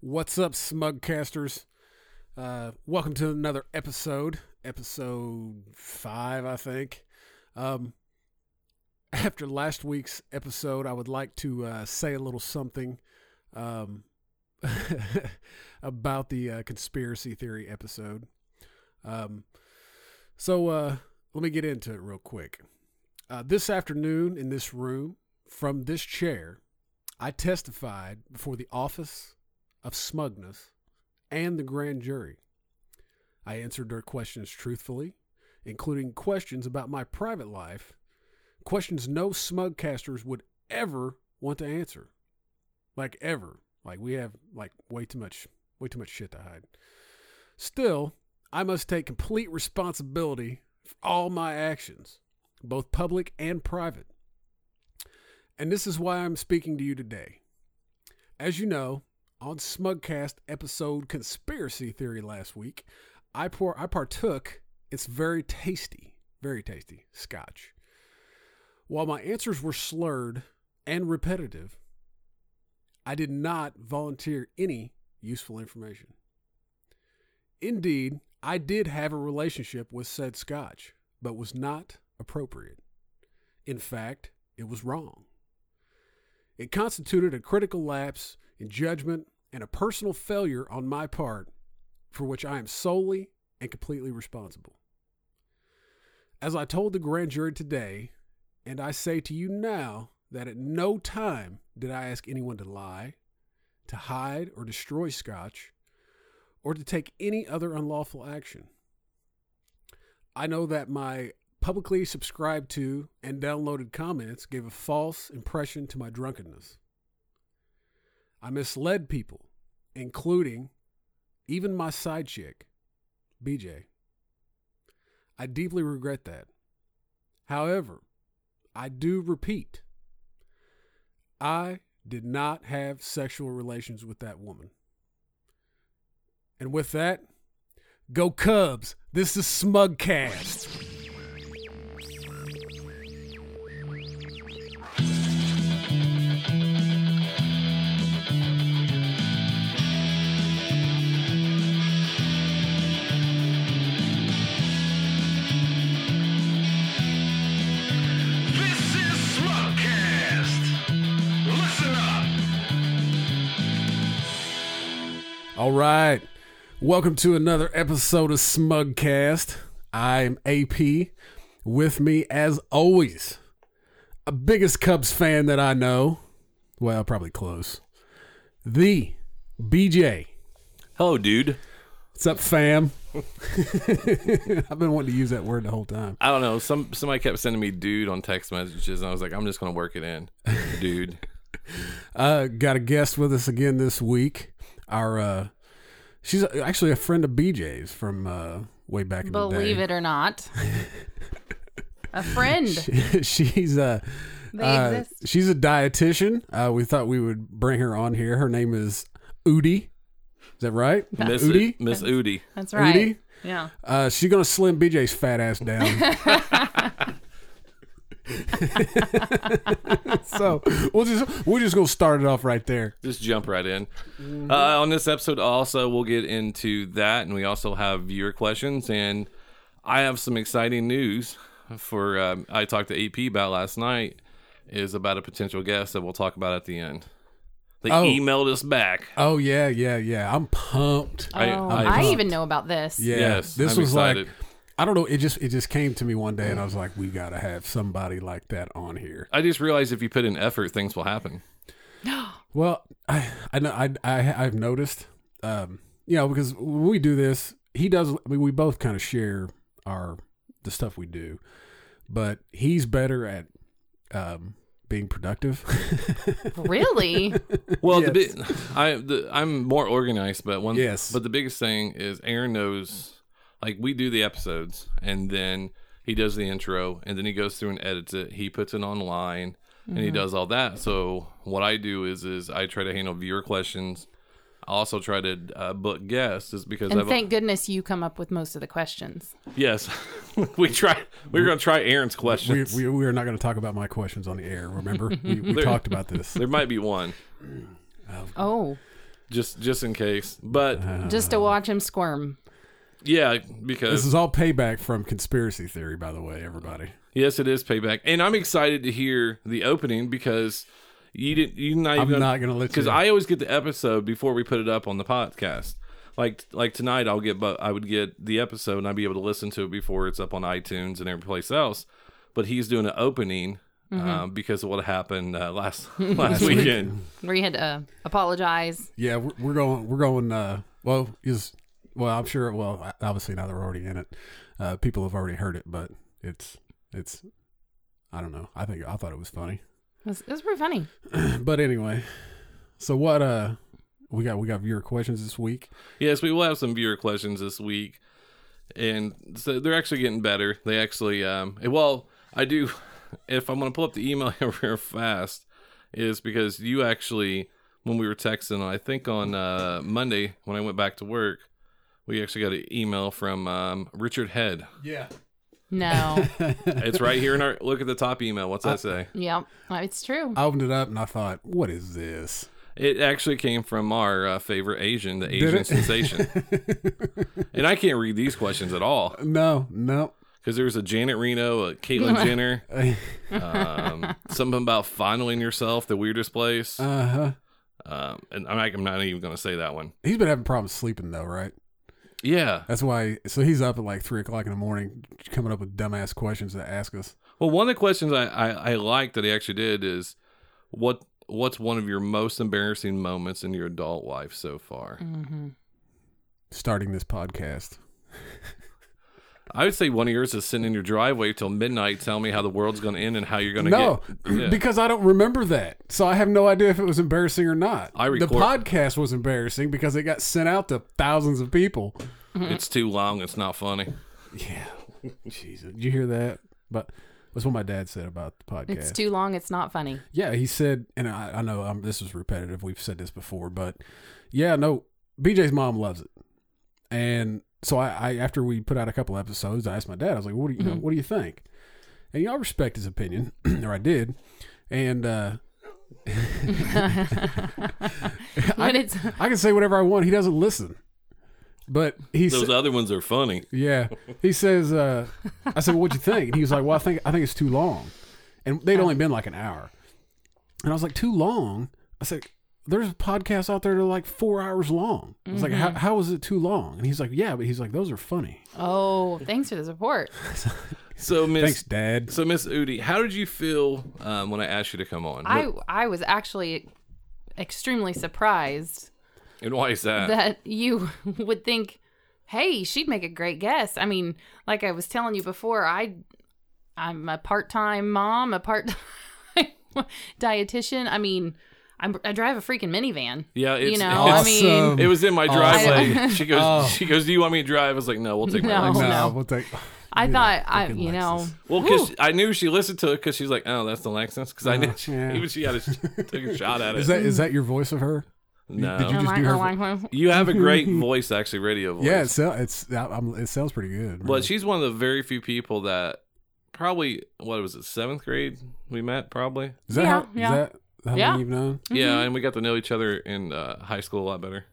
What's up, Smugcasters? Uh, welcome to another episode, episode five, I think. Um, after last week's episode, I would like to uh, say a little something um, about the uh, conspiracy theory episode. Um, so uh, let me get into it real quick. Uh, this afternoon in this room, from this chair, I testified before the Office of Smugness and the grand jury. I answered their questions truthfully, including questions about my private life, questions no smugcasters would ever want to answer. Like ever. Like we have like way too much way too much shit to hide. Still, I must take complete responsibility for all my actions, both public and private. And this is why I'm speaking to you today. As you know, on Smugcast episode conspiracy theory last week, I pour I partook. It's very tasty, very tasty scotch. While my answers were slurred and repetitive, I did not volunteer any useful information. Indeed, I did have a relationship with said scotch, but was not appropriate. In fact, it was wrong. It constituted a critical lapse in judgment and a personal failure on my part for which I am solely and completely responsible. As I told the grand jury today, and I say to you now that at no time did I ask anyone to lie, to hide or destroy Scotch, or to take any other unlawful action. I know that my publicly subscribed to and downloaded comments gave a false impression to my drunkenness. I misled people, including even my side chick, BJ. I deeply regret that. However, I do repeat I did not have sexual relations with that woman. And with that, go Cubs! This is Smugcast! This is Smugcast. Listen up. All right. Welcome to another episode of Smugcast. I'm AP. With me, as always, a biggest Cubs fan that I know. Well, probably close. The BJ. Hello, dude. What's up, fam? I've been wanting to use that word the whole time. I don't know. Some somebody kept sending me dude on text messages, and I was like, I'm just gonna work it in, dude. Uh, got a guest with us again this week. Our uh, she's actually a friend of BJ's from uh, way back in the day. Believe it or not. a friend. she's a They uh, exist. she's a dietitian. Uh, we thought we would bring her on here. Her name is Udi. Is that right? Miss Udi. Miss Udi. That's right. Udi? Yeah. Uh, she's gonna slim BJ's fat ass down. so we'll just we're just gonna start it off right there. Just jump right in. Mm-hmm. Uh, on this episode, also we'll get into that, and we also have viewer questions, and I have some exciting news for um, I talked to AP about last night is about a potential guest that we'll talk about at the end. They Oh. emailed us back. Oh yeah, yeah, yeah. I'm pumped. Oh, I, I- even know about this. yeah, Yes, this I'm was excited. like I don't know. It just it just came to me one day, and I was like, we gotta have somebody like that on here. I just realized if you put in effort, things will happen. Well, I I know I, I I've noticed, um, you know, because when we do this, he does. I mean, we both kind of share our the stuff we do, but he's better at um, being productive. Really? Well, the bi- I the, I'm more organized, but one Yes. But the biggest thing is Aaron knows. Like we do the episodes, and then he does the intro, and then he goes through and edits it. He puts it online, and Mm-hmm. he does all that. So what I do is is I try to handle viewer questions. I also try to uh, book guests, is because and I've thank goodness you come up with most of the questions. yes, we try. We're gonna try Aaron's we, questions. we we are not going to talk about my questions on the air. Remember, we, we talked about this. there might be one. Oh. just just in case. But Uh-huh. just Uh. to watch him squirm. yeah, This because is all payback from conspiracy theory, by the way, everybody. yes, it is payback, and I'm excited to hear the opening because you didn't. You're not I'm even not gonna let you- because I always get the episode before we put it up on the podcast. Like like tonight, I'll get but I would get the episode and I'd be able to listen to it before it's up on iTunes and every place else. But he's doing an opening um, because of what happened uh, last last weekend. Where you had to uh, apologize. Yeah, we're, we're going. We're going. Uh, well, is well, I'm sure. Well, obviously now they're already in it. Uh, people have already heard it, but it's it's. I don't know. I think I thought it was funny, It was, it was pretty funny. but anyway. So what? Uh, we got we got viewer questions this week. Yes, we will have some viewer questions this week, and so they're actually getting better. They actually, um, well, I do. If I'm going to pull up the email here real fast, is because you actually, when we were texting, I think on uh, Monday when I went back to work, we actually got an email from um, Richard Head. Yeah. No. It's right here in our look at the top email. What's Uh, that say? yep. Uh, It's true. I opened it up and I thought, what is this? It actually came from our uh, favorite Asian, the Did Asian it? sensation. and I can't read these questions at all. No, no. because there was a Janet Reno, a Caitlyn Jenner, um, something about fondling yourself, the weirdest place. Uh huh. Um, and I'm not, I'm not even going to say that one. He's been having problems sleeping though, right? Yeah. That's why. So he's up at like three o'clock in the morning, coming up with dumbass questions to ask us. Well, one of the questions I, I, I like that he actually did is what what's one of your most embarrassing moments in your adult life so far? Mm-hmm. Starting this podcast. I would say one of yours is sitting in your driveway till midnight, telling me how the world's going to end and how you're going to No, get. Yeah. because I don't remember that, so I have no idea if it was embarrassing or not. I the record- podcast was embarrassing because it got sent out to thousands of people. it's too long. It's not funny. Yeah, Jesus, did you hear that? But that's what my dad said about the podcast. It's too long. It's not funny. Yeah, he said, and I, I know um, this is repetitive. We've said this before, but yeah, no, BJ's mom loves it, and so I, I after we put out a couple episodes, I asked my dad, I was like, "What do you, you know, what do you think?" And you know, I respect his opinion, or I did, and uh, But it's I can say whatever I want. He doesn't listen, but he Those said, other ones are funny. "Yeah." He says, uh, "I said, well, what'd you think?" And he was like, "Well, I think I think it's too long," and they'd only been like an hour, and I was like, "Too long?" I said, "There's podcasts out there that are like four hours long." I was like, Mm-hmm. how, "How is it too long?" And he's like, "Yeah," but he's like, "Those are funny." oh, thanks for the support. So, Miss. Thanks, Dad. So, Miss Udi, how did you feel um, when I asked you to come on? I I was actually extremely surprised and why is that? that you would think, hey, she'd make a great guest. I mean, like I was telling you before, I I'm a part time mom, a part time dietitian. I mean, I'm, I drive a freaking minivan. yeah, it's, you know, it's- I mean, Awesome. Oh. it was in my driveway. I- she goes, she goes, do you want me to drive? I was like, no, we'll take my. No. Lexus." no, Oh, no. we'll take. I Yeah, thought I, fucking you know, Lexus. Well, because I knew she listened to it because she's like, oh, that's the Lexus. Because I knew she, yeah. even she had a, took a shot at it. Is that is that your voice of her? no, did you, you- I'm just like, do her I'm like, have a great voice, actually, radio voice. Yeah, it sounds it's I'm, it sounds pretty good. Well, she's one of the very few people that probably what was it seventh grade we met probably. is that Yeah, how is yeah. that how Yeah. long you've known? Mm-hmm. Yeah, and we got to know each other in uh, high school a lot better.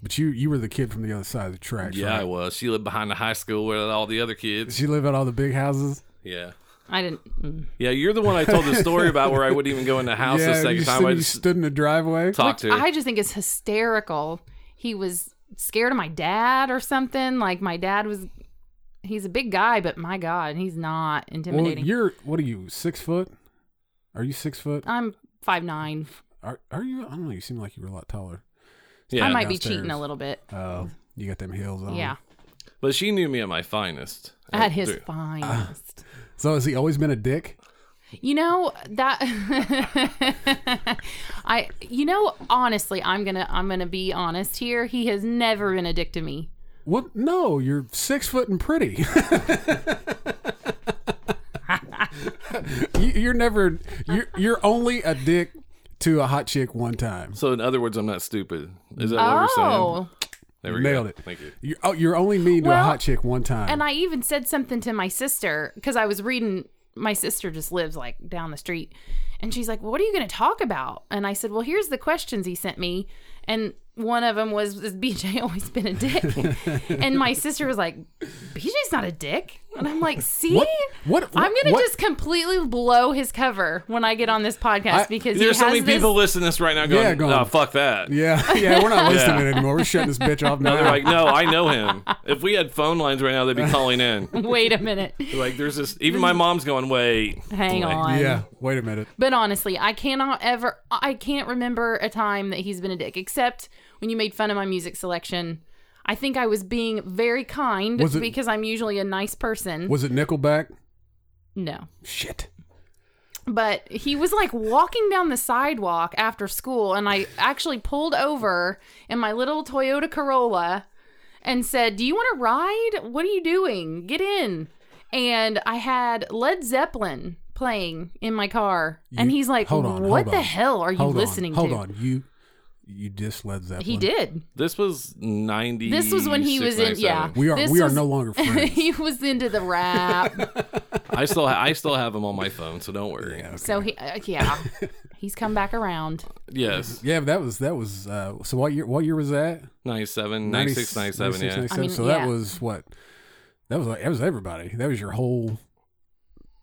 But you you were the kid from the other side of the tracks. Yeah, I right? was. She lived behind the high school with all the other kids. She live at all the big houses. Yeah. I didn't. mm. Yeah, you're the one I told the story about where I wouldn't even go in the house the you, second time. stood, I you just stood in the driveway. talked to her. I just think it's hysterical. He was scared of my dad or something. Like my dad was. He's a big guy, but my God, he's not Well, intimidating. you're what are you six foot? Are you six foot? I'm five nine. Are are you? I don't know. You seem like you were a lot taller. yeah, I might be downstairs. cheating a little bit. Oh, you got them heels on. Yeah, but she knew me at my finest. Uh, at his Dude, finest. So has he always been a dick? You know that I you know honestly I'm going to I'm going to be honest here. He has never been a dick to me. What? No, you're six foot and pretty. you, you're never. You're you're only a dick to a hot chick one time. So in other words, I'm not stupid. Is that what you're saying? Oh. There we Nailed go. it. Thank you. You're, oh, you're only mean to a Well, hot chick one time. And I even said something to my sister cuz I was reading my sister just lives like down the street and she's like, "What are you going to talk about?" And I said, "Well, here's the questions he sent me." And one of them was has BJ always been a dick? and my sister was like, BJ's not a dick. And I'm like, see? What? What? what I'm gonna what- just completely blow his cover when I get on this podcast I- because There's he so has many this, people listening to this right now going, Yeah, going- "Nah, fuck that. Yeah, yeah. We're not listening Yeah. anymore. We're shutting this bitch off now. They're like, no, I know him. If we had phone lines right now, they'd be calling in. Wait a minute, Like, there's this. Even my mom's going, wait. hang Like, on. yeah. Wait a minute. But honestly, I cannot ever. I can't remember a time that he's been a dick, except when you made fun of my music selection. I think I was being very kind Was it- because I'm usually a nice person. Was it Nickelback? no. Shit. but he was like walking down the sidewalk after school and i actually pulled over in my little toyota corolla and said do you want to ride what are you doing get in and i had led zeppelin playing in my car and You- he's like hold on, what hold the on. hell are you Hold listening on. Hold to on. You, you just led Zeppelin. he did This was 90. this was when he was in yeah We are. This we are was- no longer friends. he was into the rap I still, ha- I still have him on my phone, so don't worry. so he uh, yeah he's come back around Yes. yeah, but that was that was. Uh, so what year? What year was that? 97, 96, 97, 96, yeah. 97. I mean, so yeah. that was what. That was like that was everybody. That was your whole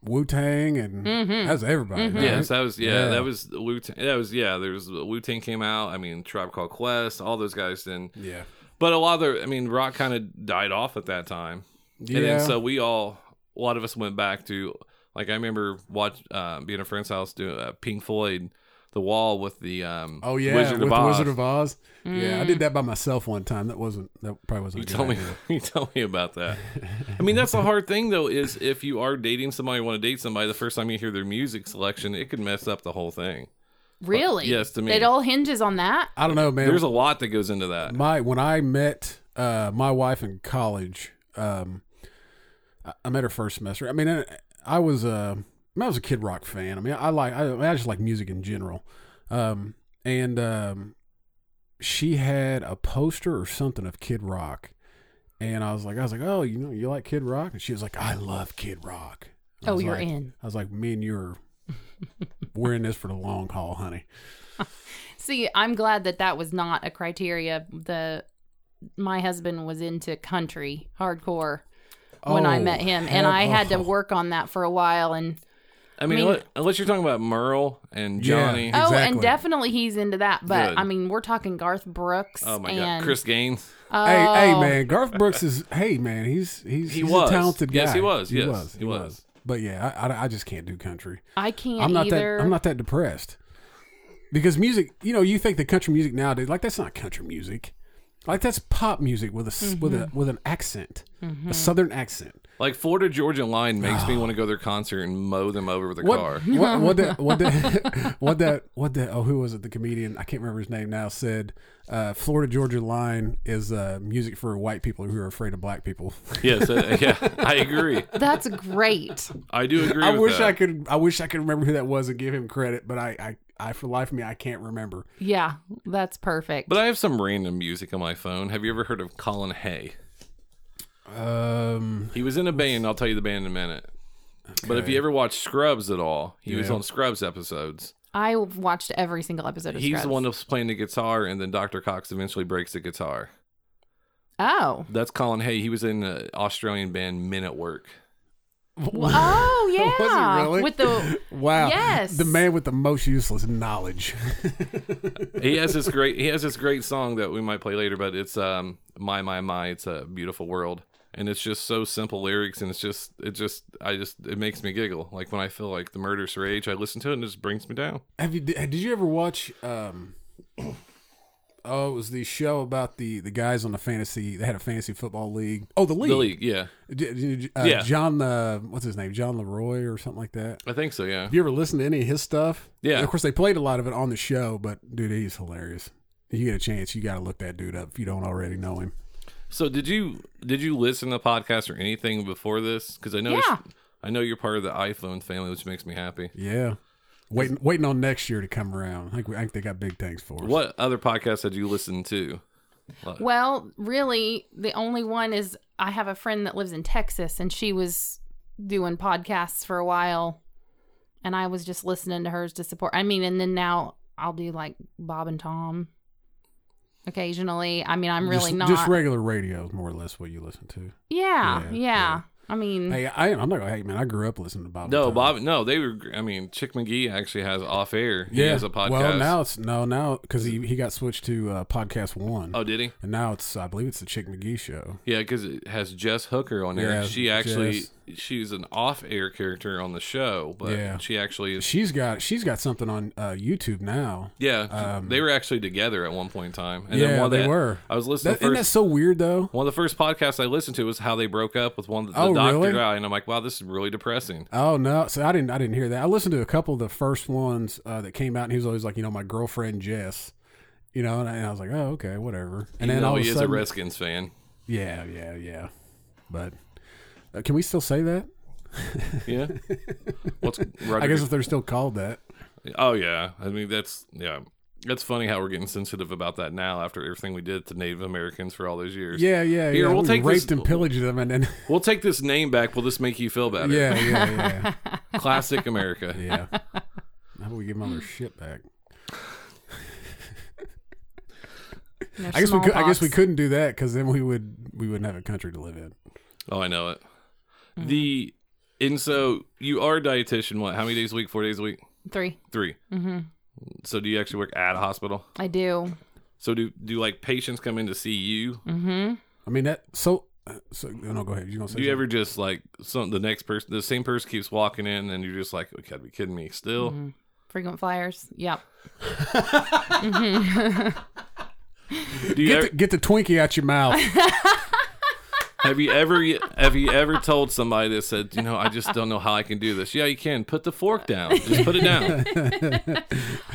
Wu Tang and Mm-hmm. that was everybody. right? Yes, that was yeah, Yeah. that was Wu Tang. That was yeah. There was Wu Tang came out. I mean, Tribe Called Quest, all those guys. Then, Yeah. but a lot of their, I mean, rock kind of died off at that time. Yeah. And then so we all, a lot of us went back to, like, I remember watch, uh, being at a friend's house doing uh, Pink Floyd, The Wall with the um, oh yeah, Wizard with of Oz. Wizard of Oz. Yeah, I did that by myself one time. That wasn't. That probably wasn't. You a good tell me, idea. you tell me about that. I mean, that's the hard thing though is if you are dating somebody, want to date somebody, the first time you hear their music selection, it could mess up the whole thing. really yes, to me. it all hinges on that I don't know, man. There's a lot that goes into that. my when I met uh, my wife in college, um, I, I met her first semester. I mean, I, I was a I, mean, I was a Kid Rock fan. I mean, I like I, I just like music in general, um, and um, she had a poster or something of Kid Rock, and I was like, I was like, oh, you know, you like Kid Rock, and she was like, I love Kid Rock. I Oh, was you're like- in. I was like, me and you are. We're in this for the long haul, honey. See, I'm glad that that was not a criteria. The my husband was into country hardcore when I Oh, met him, and hell- I had to oh. work on that for a while. And I mean, mean- unless, unless you're talking about Merle and Yeah. Johnny. Oh, Oh, oh, and Exactly. definitely he's into that. But Good. Oh I mean, we're talking Garth Brooks. my and, God, Chris Gaines. Oh, Hey, hey, man, Garth Brooks is. Hey, man, he's he's He he's was. a talented guy. Yes, he was. Yes, he was. But yeah, I, I, I just can't do country. I can't I'm not either. that. I'm not that depressed because music. You know, you think the country music nowadays, like that's not country music. Like that's pop music with a s with a Mm-hmm. with an accent, a southern accent. Like Florida Georgia Line makes me want to go to their concert and mow them over with a What car. what what that what that what that what that oh who was it the comedian I can't remember his name now said uh, Florida Georgia Line is uh, music for white people who are afraid of black people. yes, uh, yeah, I agree. That's great. I do agree. I with wish that. I could. I wish I could remember who that was and give him credit, but I, I, I for the life of me, I can't remember. Yeah, that's perfect. But I have some random music on my phone. Have you ever heard of Colin Hay? Um, He was in a band. I'll tell you the band in a minute. But if you ever watch Scrubs at all, he was Yeah. on Scrubs episodes. I, watched every single episode of He's the Scrubs. one that's playing the guitar, and then Dr. Cox eventually breaks the guitar. Oh, That's Colin Hay. He was in the Australian band Men at Work. oh yeah. Was he really? With the wow, Yes. the man with the most useless knowledge. He has this great. He has this great song that we might play later, but it's um my my my. It's a beautiful world, and it's just so simple lyrics, and it's just it just I just it makes me giggle. Like when I feel like the murderous rage, I listen to it and it just brings me down. Have you? Did you ever watch? Um, oh, it was the show about the the guys on the fantasy. They had a fantasy football league. Oh, the league. The league, yeah, Did- did- uh, Yeah. John. Uh, what's his name? John Leroy or something like that. I think so. Yeah, Have you ever listened to any of his stuff? Yeah. Of course, they played a lot of it on the show, but dude, he's hilarious. If you get a chance, you got to look that dude up if you don't already know him. So did you did you listen to podcasts or anything before this? Because I know Yeah. I know you're part of the iPhone family, which makes me happy. Yeah. Waiting, waiting on next year to come around. I think, we, I think they got big things for us. What other podcasts had you listened to? Well, really, the only one is I have a friend that lives in Texas, and she was doing podcasts for a while, and I was just listening to hers to support. I mean, and then now I'll do like Bob and Tom. occasionally. I mean, I'm really just, not. just regular radio is more or less what you listen to. Yeah, yeah, yeah, yeah. I mean, Hey, I, I'm not gonna hate man. I grew up listening to Bob. No, Dylan. Bob. No, they were. I mean, Chick McGee actually has off air. He has a podcast. Well, now it's no, now because he, he got switched to uh, podcast one, oh, did he? and now it's I believe it's the Chick McGee show. Yeah, because it has Jess Hooker on there. Yeah, she actually she's an off-air character on the show, but Yeah. she actually is. She's got she's got something on uh, YouTube now. Yeah, Um, they were actually together at one point in time. And yeah, one of they the- were. I was listening That, to the isn't that first. so weird though? One of the first podcasts I listened to was how they broke up with one of the, the Oh, doctor really? guy, and I'm like, wow, this is really depressing. Oh no! So I didn't. I didn't hear that. I listened to a couple of the first ones uh, that came out, and he was always like, you know, my girlfriend Jess, you know, and I, and I was like, oh okay, whatever. And Even then all though of he a is a sudden, Redskins fan. yeah, yeah, yeah. But uh, can we still say that? Yeah. What's Roger? I guess if they're still called that. Oh yeah, I mean that's yeah. That's funny how we're getting sensitive about that now after everything we did to Native Americans for all those years. Yeah, yeah, Here, yeah. we'll we take raped this- and pillaged them, and then We'll take this name back. Will this make you feel better? yeah, yeah, yeah. Classic America. Yeah. How about we give them all their shit back? they're I guess we could, I guess we smallpox. couldn't do that because then we would we wouldn't have a country to live in. Oh, I know it. The and so you are a dietitian. What? How many days a week? Four days a week? three. 3 Mm-hmm. So do you actually work at a hospital? I do. So do do like patients come in to see you? I mean that. So uh, so no, go ahead. You gonna say? Do you something? ever just like some the next person, the same person keeps walking in, and you're just like, oh, you gotta be kidding me. Still, Frequent flyers. Yep. do you get ever, the, get the Twinkie out your mouth? have you ever have you ever told somebody that said, you know, I just don't know how I can do this? Yeah, you can. Put the fork down. Just put it down.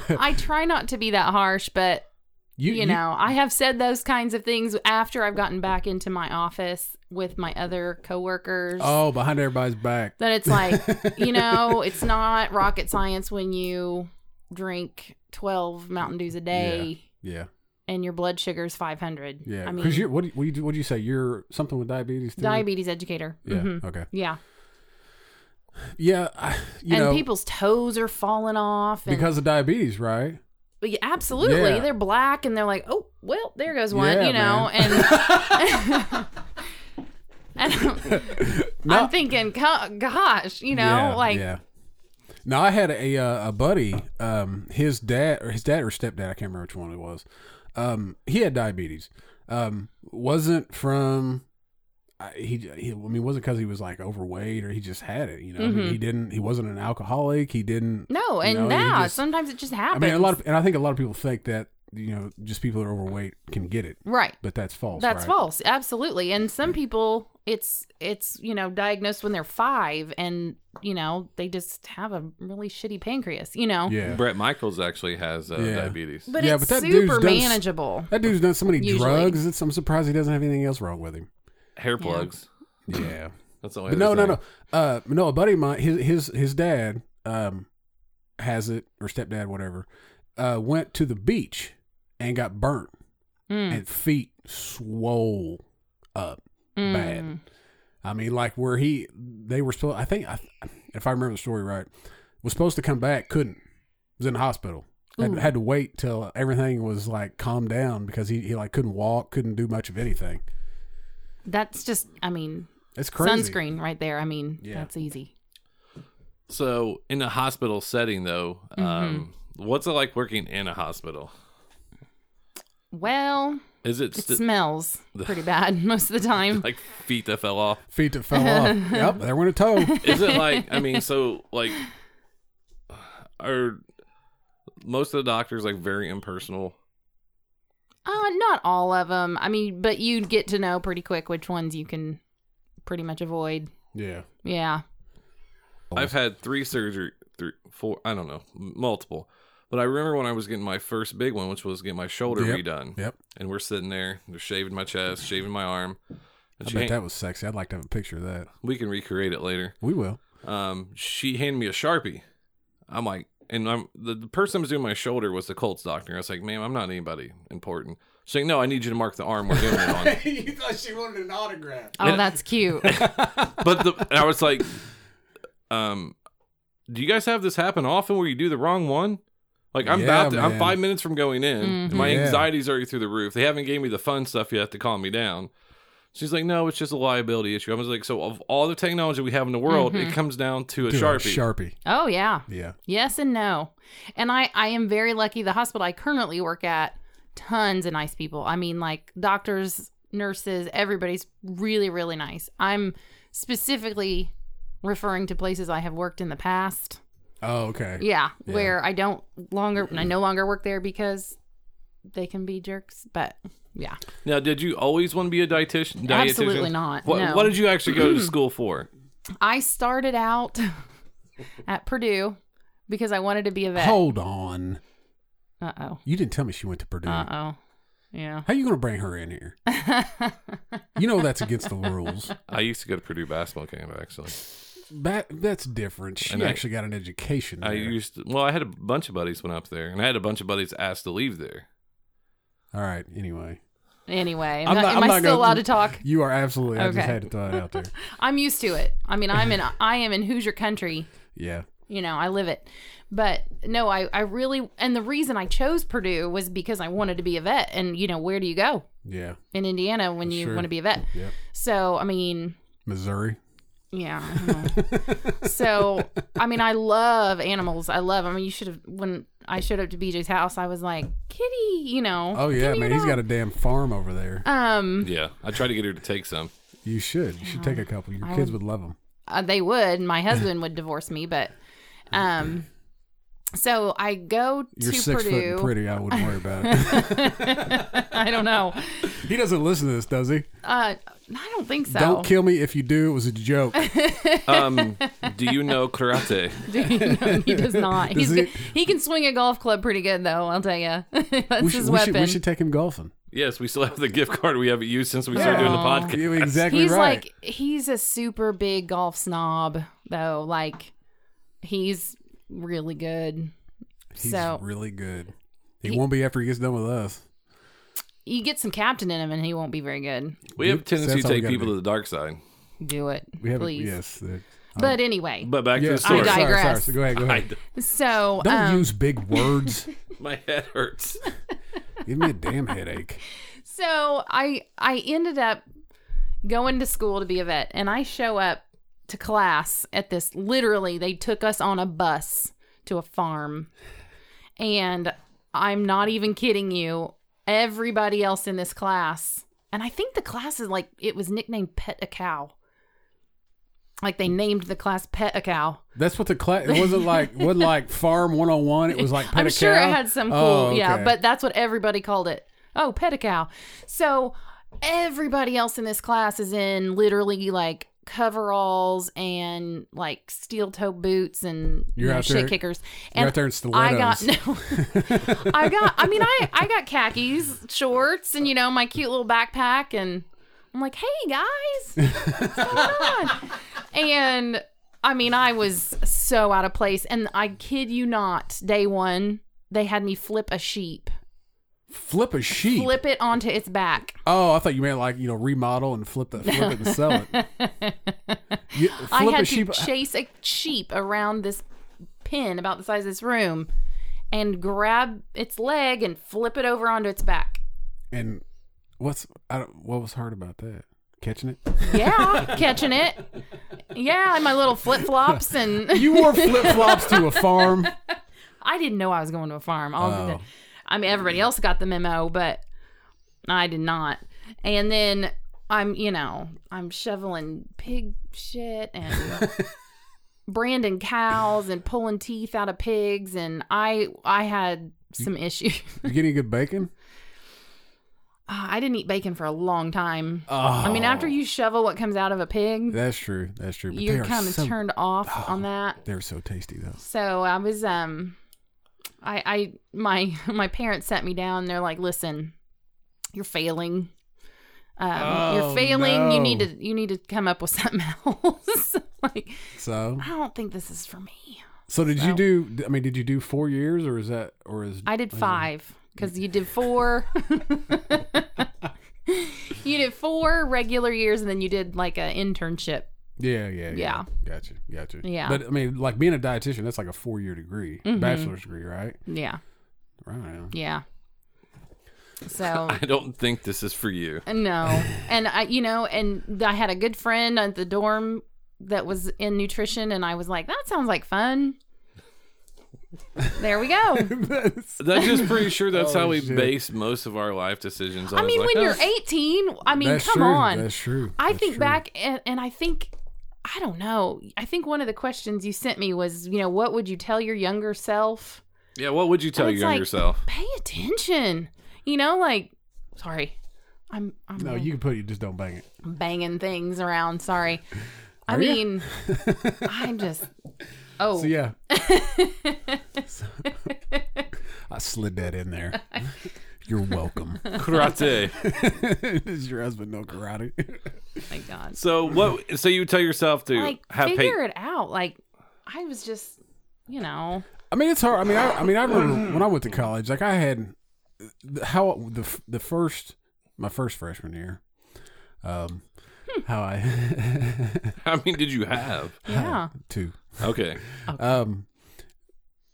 I try not to be that harsh, but You, you know, I have said those kinds of things after I've gotten back into my office with my other coworkers. Oh, behind everybody's back. That it's like, you know, it's not rocket science when you drink 12 Mountain Dews a day Yeah, and your blood sugar is 500. yeah. I Because mean, you're what? do- What do you do? What do you say? You're something with diabetes. Too? diabetes educator. Yeah. Mhm. Okay. Yeah. Yeah. I, you and know, people's toes are falling off. And, because of diabetes, right? Yeah, absolutely. Yeah. They're black and they're like, oh, well, there goes one, Yeah, you know. And, and I'm thinking, "Co- gosh, you know, yeah, like, yeah. Now I had a uh, a buddy, um, his dad or his dad or stepdad, I can't remember which one it was. Um, he had diabetes. Um, wasn't from I, he, he. I mean, wasn't because he was like overweight or he just had it. You know, I mean, Mm-hmm. he didn't. He wasn't an alcoholic. He didn't. no. And know, you now just- sometimes it just I happens. mean, a lot of and I think a lot of people think that you know just people that are overweight can get it, right. but that's false. That's right? false, absolutely. And some people, it's it's you know diagnosed when they're five, and you know they just have a really shitty pancreas, you know. Yeah. Brett Michaels actually has uh, Yeah. diabetes. But Yeah, it's but that dude's super done s- manageable. That dude's done so many Usually. drugs. It's, I'm surprised he doesn't have anything else wrong with him. Hair plugs. Yeah. That's the only. But other no, no, thing. no. Uh, no, a buddy of mine, his his his dad, um, has it or stepdad, whatever. Uh, went to the beach and got burnt, Hmm. Mm, and feet swole up mm. bad. I mean, like where he they were still. I think I, if I remember the story right, was supposed to come back, couldn't. Was in the hospital. Had, had to wait till everything was like calmed down because he, he like couldn't walk, couldn't do much of anything. That's just, I mean, It's crazy. sunscreen right there. I mean, Yeah. that's easy. So in a hospital setting, though, um, what's it like working in a hospital? Well, Is it it sti- smells pretty bad most of the time. like feet that fell off? Feet that fell off. yep, there went a toe. Is it like I mean, so like, are most of the doctors like very impersonal? Uh, not all of them. I mean, but you get to know pretty quick which ones you can pretty much avoid. Yeah. Yeah. I've had three surgery, three, four, I don't know, m- multiple. But I remember when I was getting my first big one, which was getting my shoulder Yep. redone, Yep. and we're sitting there, they're shaving my chest, shaving my arm. And I she bet hand- that was sexy. I'd like to have a picture of that. we can recreate it later. We will. um, she handed me a sharpie. I'm like, and I'm the, the person that was doing my shoulder was the Colts doctor. I was like, ma'am, I'm not anybody important. She's like, no, I need you to mark the arm we're doing it on. you thought she wanted an autograph. Oh, that's cute. But the, and I was like, um, do you guys have this happen often where you do the wrong one? Like I'm Yeah, about to, I'm man. five minutes from going in. and Mhm. My Yeah. anxiety's already through the roof. They haven't gave me the fun stuff yet to calm me down. She's like, no, it's just a liability issue. I was like, so of all the technology we have in the world, Mm-hmm. it comes down to a Do a sharpie. Sharpie. Oh yeah. Yeah. Yes and no. And I, I am very lucky. The hospital I currently work at, tons of nice people. I mean, like doctors, nurses, everybody's really, really nice. I'm specifically referring to places I have worked in the past. Oh, okay. Yeah, Yeah. where I don't longer, I no longer work there because they can be jerks. But yeah, Now, did you always want to be a dietitian? dietitian? Absolutely not, What, no. what did you actually go to school for? I started out at Purdue because I wanted to be a vet. Hold on. Uh oh. You didn't tell me she went to Purdue. Uh oh. Yeah. How you going to bring her in here? you know that's against the rules. I used to go to Purdue basketball camp actually. That that's different. She And I- actually got an education. I there. used to, well, I had a bunch of buddies went up there, and I had a bunch of buddies asked to leave there. All right. Anyway, Anyway, am, I'm I- not- am I'm I not still gonna- allowed to talk? you are absolutely. I just Okay. had to throw it out there. I'm used to it. I mean, I'm in I am in Hoosier country. Yeah. You know, I live it. But no, I I really and the reason I chose Purdue was because I wanted to be a vet. And you know, where do you go Yeah. in Indiana when you Sure. want to be a vet? Yep. So I mean, Missouri. yeah. I don't know. so I mean, I love animals. I love. I mean, you should have when I showed up to BJ's house, I was like, kitty. You know. Oh yeah, kitty man. He's dog." got a damn farm over there. Um, Yeah, I tried to get her to take some. You should. You should take a couple. Your kids would love them. uh, they would. My husband would divorce me, but um, so I go You're to six foot Purdue. and pretty. I wouldn't worry about it. I don't know. he doesn't listen to this, does he? Uh, I don't think so. Don't kill me if you do. It was a joke. Um, do you know karate? No, he does not. He's Does he... he can swing a golf club pretty good though. I'll tell you, that's we, his should, we, weapon. should, we should take him golfing. Yes, we still have the gift card we haven't used since we started doing the Aw. podcast. You're exactly he's right. like he's a super big golf snob though. Like he's really good. he's so- really good. He, won't be after he gets done with us. You get some captain in him, and he won't be very good. We have a tendency That's to all we take gotta people do. to the dark side. Do it, We have please. yes. um, that- But anyway, But back to yeah, the story. sorry, sorry, digress. sorry. Go ahead. Go I ahead. d- so Don't um, use big words. my head hurts. Give me a damn headache. so I I ended up going to school to be a vet and I show up to class at this literally they took us on a bus to a farm and I'm not even kidding you everybody else in this class and I think the class is like it was nicknamed pet a cow like they named the class pet a cow That's what the class. It wasn't like wasn't like farm 101. It was like. I'm pet a sure cow. it had some cool, Oh, yeah, okay. but that's what everybody called it. Oh, pedicow. So everybody else in this class is in literally like coveralls and like steel toe boots and you You're know, out shit there- kickers. you're And out there in I stilettos. got no, I got. I mean, I I got khakis, shorts, and you know my cute little backpack, and I'm like, hey guys, and I mean, I was so out of place. And I kid you not, day one, they had me flip a sheep, flip a sheep. flip it onto its back. Oh, I thought you meant like you know remodel and flip it, flip it and sell it. You- flip I a had sheep. uh, to chase a sheep around this pin about the size of this room and grab its leg and flip it over onto its back. and what's I don't, what was hard about that? Catching it. Yeah, catching it. Yeah, and my little flip flops and. You wore flip flops to a farm. I didn't know I was going to a farm. All Oh. the- I mean, everybody else got the memo, but I did not. And then I'm, you know, I'm shoveling pig shit and branding cows and pulling teeth out of pigs, and I, I had some issues. You getting good bacon? Ah, I didn't eat bacon for a long time. Oh, I mean, after you shovel what comes out of a pig, That's true. That's true. But you're they are kind of so, Oh. turned off on that. They're so tasty though. So I was um I I my my parents sat me down they're like, "Listen, you're failing. Um, Oh, you're failing. You need no. to you need to come up with something else." like, So I don't think this is for me. so did you do? I mean, did you do four years or is that or is I did 5 cuz you did 4. you did 4 regular years and then you did like an internship Yeah, yeah, Yeah. Gotcha, gotcha. Yeah. Mm-hmm. but I mean, like being a dietitian, that's like a four-year degree, bachelor's degree, right? Yeah. Right. Yeah. So I don't think this is for you. No. And I, you know, and I had a good friend at the dorm that was in nutrition, and I was like, that sounds like fun. There we go. That's just pretty sure that's how we Oh, shit. base most of our life decisions. I was mean, like, when "Oh, you're 18, I mean, that's come true. on. That's true. I That's think true. back, and, and I think, I don't know. I think one of the questions you sent me was, you know, what would you tell your younger self? Yeah, what would you tell And it's your younger like- self? Pay attention. You know, like, sorry, I'm, I'm No, you can put it. Just don't bang it. banging things around. Sorry. I ya? mean, I'm just. Oh, So yeah. I slid that in there. You're welcome. Karate. Does your husband know karate? my God. so what? So you tell yourself to Like, have figure pa- it out. Like, I was just, you know. I mean, it's hard. I mean, I, I mean, I remember when I went to college. Like, I had the- how the f- the first my first freshman year. Um, Hmm. how I How many did you have? Yeah. two. Okay. Um,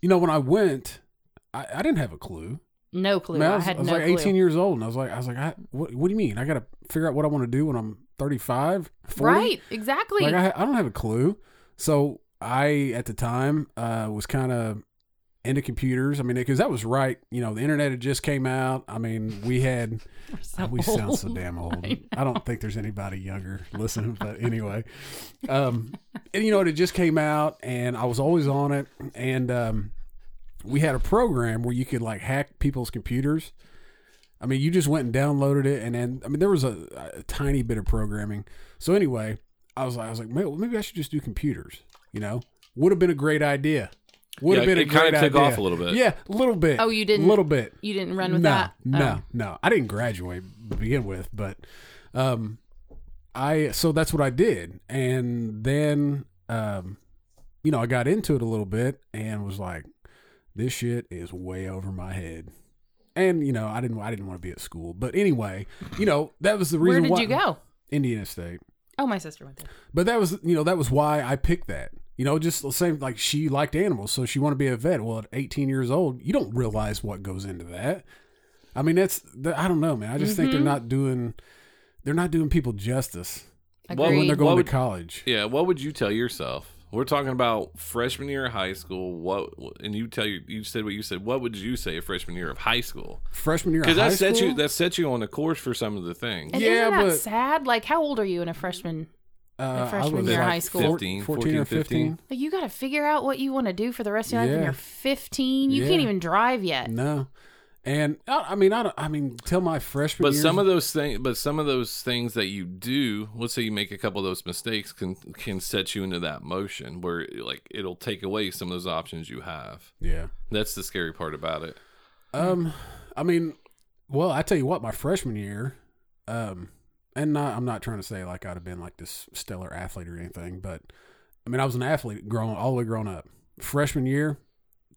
you know, when I went, I, I didn't have a clue. No clue. Man, I I, was, had I was no like clue. 18 years old, and I was like, I was like, I, what, what do you mean? I got to figure out what I want to do when I'm 35, 40? right. Exactly. Like, I, I don't have a clue. So I, at the time, uh, was kind of into computers. I mean, because that was right. You know, the internet had just came out. I mean, we had, We're so we sound so old. damn old. I, don't think there's anybody younger listening, but anyway, um, and you know, it had just came out, and I was always on it, and um, we had a program where you could like hack people's computers. I mean, you just went and downloaded it, and then I mean, there was a, a tiny bit of programming. So anyway, I was like, I was like, "Man, well, maybe I should just do computers. You know, would have been a great idea. Would have Yeah, been a it kinda great took idea. off a little bit. Yeah, a little bit. Oh, you didn't- A little bit You didn't run with no, that? No, Oh. no. I didn't graduate to begin with, but um I so that's what I did. And then um you know, I got into it a little bit and was like this shit is way over my head. And you know, I didn't I didn't want to be at school, but anyway, you know, that was the Where reason did why you go? Indiana State. Oh, my sister went there. But that was, you know, that was why I picked that. You know, just the same like she liked animals, so she wanted to be a vet. Well, at 18 years old, you don't realize what goes into that. I mean, that's the, I don't know, man. I just think they're Mm-hmm. not doing they're not doing people justice Well, Agreed. when they're What going would- to college. Yeah. What would you tell yourself? We're talking about freshman year of high school. What? And you tell you you said what you said. What would you say freshman year of high school? Freshman year of Because high that set school, you that set you on a course for some of the things. And Yeah, isn't that but- sad? Like, how old are you in a freshman? uh, I freshman was year of like high school. 14, 14 or 15. Like, you got to figure out what you want to do for the rest of your life when Yeah. you're 15. You Yeah. can't even drive yet. No. And I, I mean, I don't, I mean, till my freshman But year, some of those things, but some of those things that you do, let's say you make a couple of those mistakes, can can set you into that motion where like it'll take away some of those options you have. yeah. That's the scary part about it. Um, I mean, well, I tell you what, my freshman year, um, and not, I'm not trying to say like I'd have been like this stellar athlete or anything, but I mean, I was an athlete growing all the way grown up. Freshman year,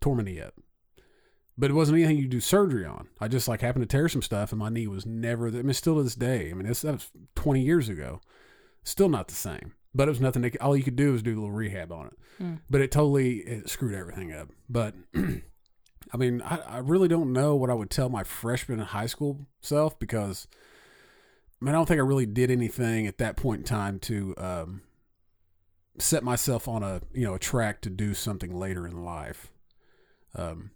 tore my knee up, but it wasn't anything you do surgery on. I just like happened to tear some stuff, and my knee was never. I mean, still to this day. I mean, this that was 20 years ago. Still not the same, but it was nothing. That, all you could do was do a little rehab on it, but it totally it screwed everything up. But I mean, I, I really don't know what I would tell my freshman in high school self because, I mean, I don't think I really did anything at that point in time to um, set myself on a you know a track to do something later in life, um,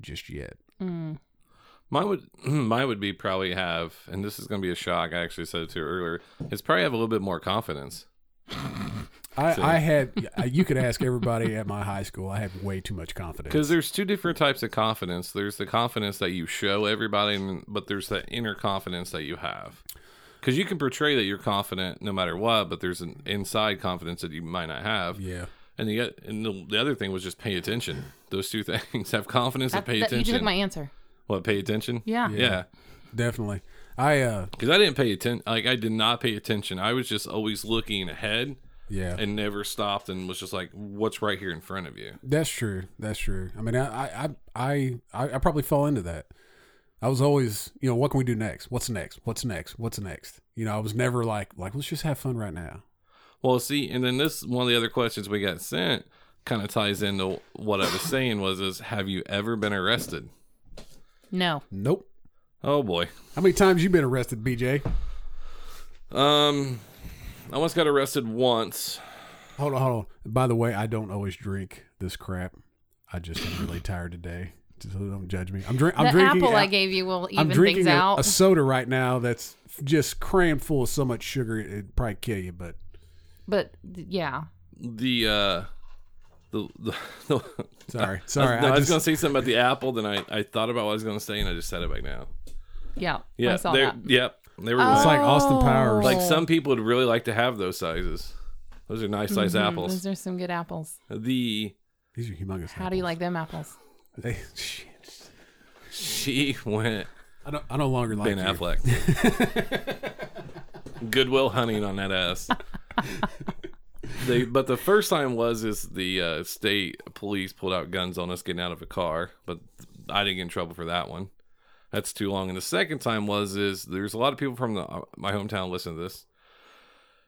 just yet. Mm. Mine would mine would be probably have, and this is going to be a shock. I actually said it to you earlier. Is probably have a little bit more confidence. I, I had you could ask everybody at my high school. I had way too much confidence. Because there's two different types of confidence. There's the confidence that you show everybody, and, but there's that inner confidence that you have. Because you can portray that you're confident no matter what, but there's an inside confidence that you might not have. Yeah, And the oth- and the, the other thing was just pay attention. Those two things have confidence That, and pay that- you attention. took my answer. what pay attention? Yeah. yeah. definitely. I uh Because I didn't pay attention. Like I did not pay attention. I was just always looking ahead yeah. and never stopped and was just like, "What's right here in front of you?" That's true. That's true. I mean, I, I, I, I, I probably fall into that. I was always, you know, what can we do next? What's next? What's next? What's next? You know, I was never like, like, let's just have fun right now. Well, see, and then this one of the other questions we got sent kind of ties into what I was saying was is have you ever been arrested? No. Nope. Oh boy. How many times you been arrested, BJ? Um I once got arrested once. Hold on, hold on. By the way, I don't always drink this crap. I just am really tired today. Just don't judge me. I'm, drink. I'm the drinking. apple I a- gave you will I'm even drinking things a, out. a soda right now that's just crammed full of so much sugar it'd probably kill you. But but th- yeah. The uh the, the, sorry, sorry. No, I I, was just gonna say something about the apple, then I, I thought about what I was gonna say and I just said it back now. Yeah. I Yeah, saw they that. Oh. yep. They were it's like Austin Powers. like some people would really like to have those sizes. Those are nice sized apples. Those Mm-hmm, are some good apples. The these are humongous. How do you like them apples? They, shit. she went I don't. I no longer like Ben you. Affleck. Goodwill hunting on that ass. they, but the first time was is the uh, state police pulled out guns on us getting out of a car, but I didn't get in trouble for that one. That's too long. And the second time was is there's a lot of people from the, uh, my hometown listen to this,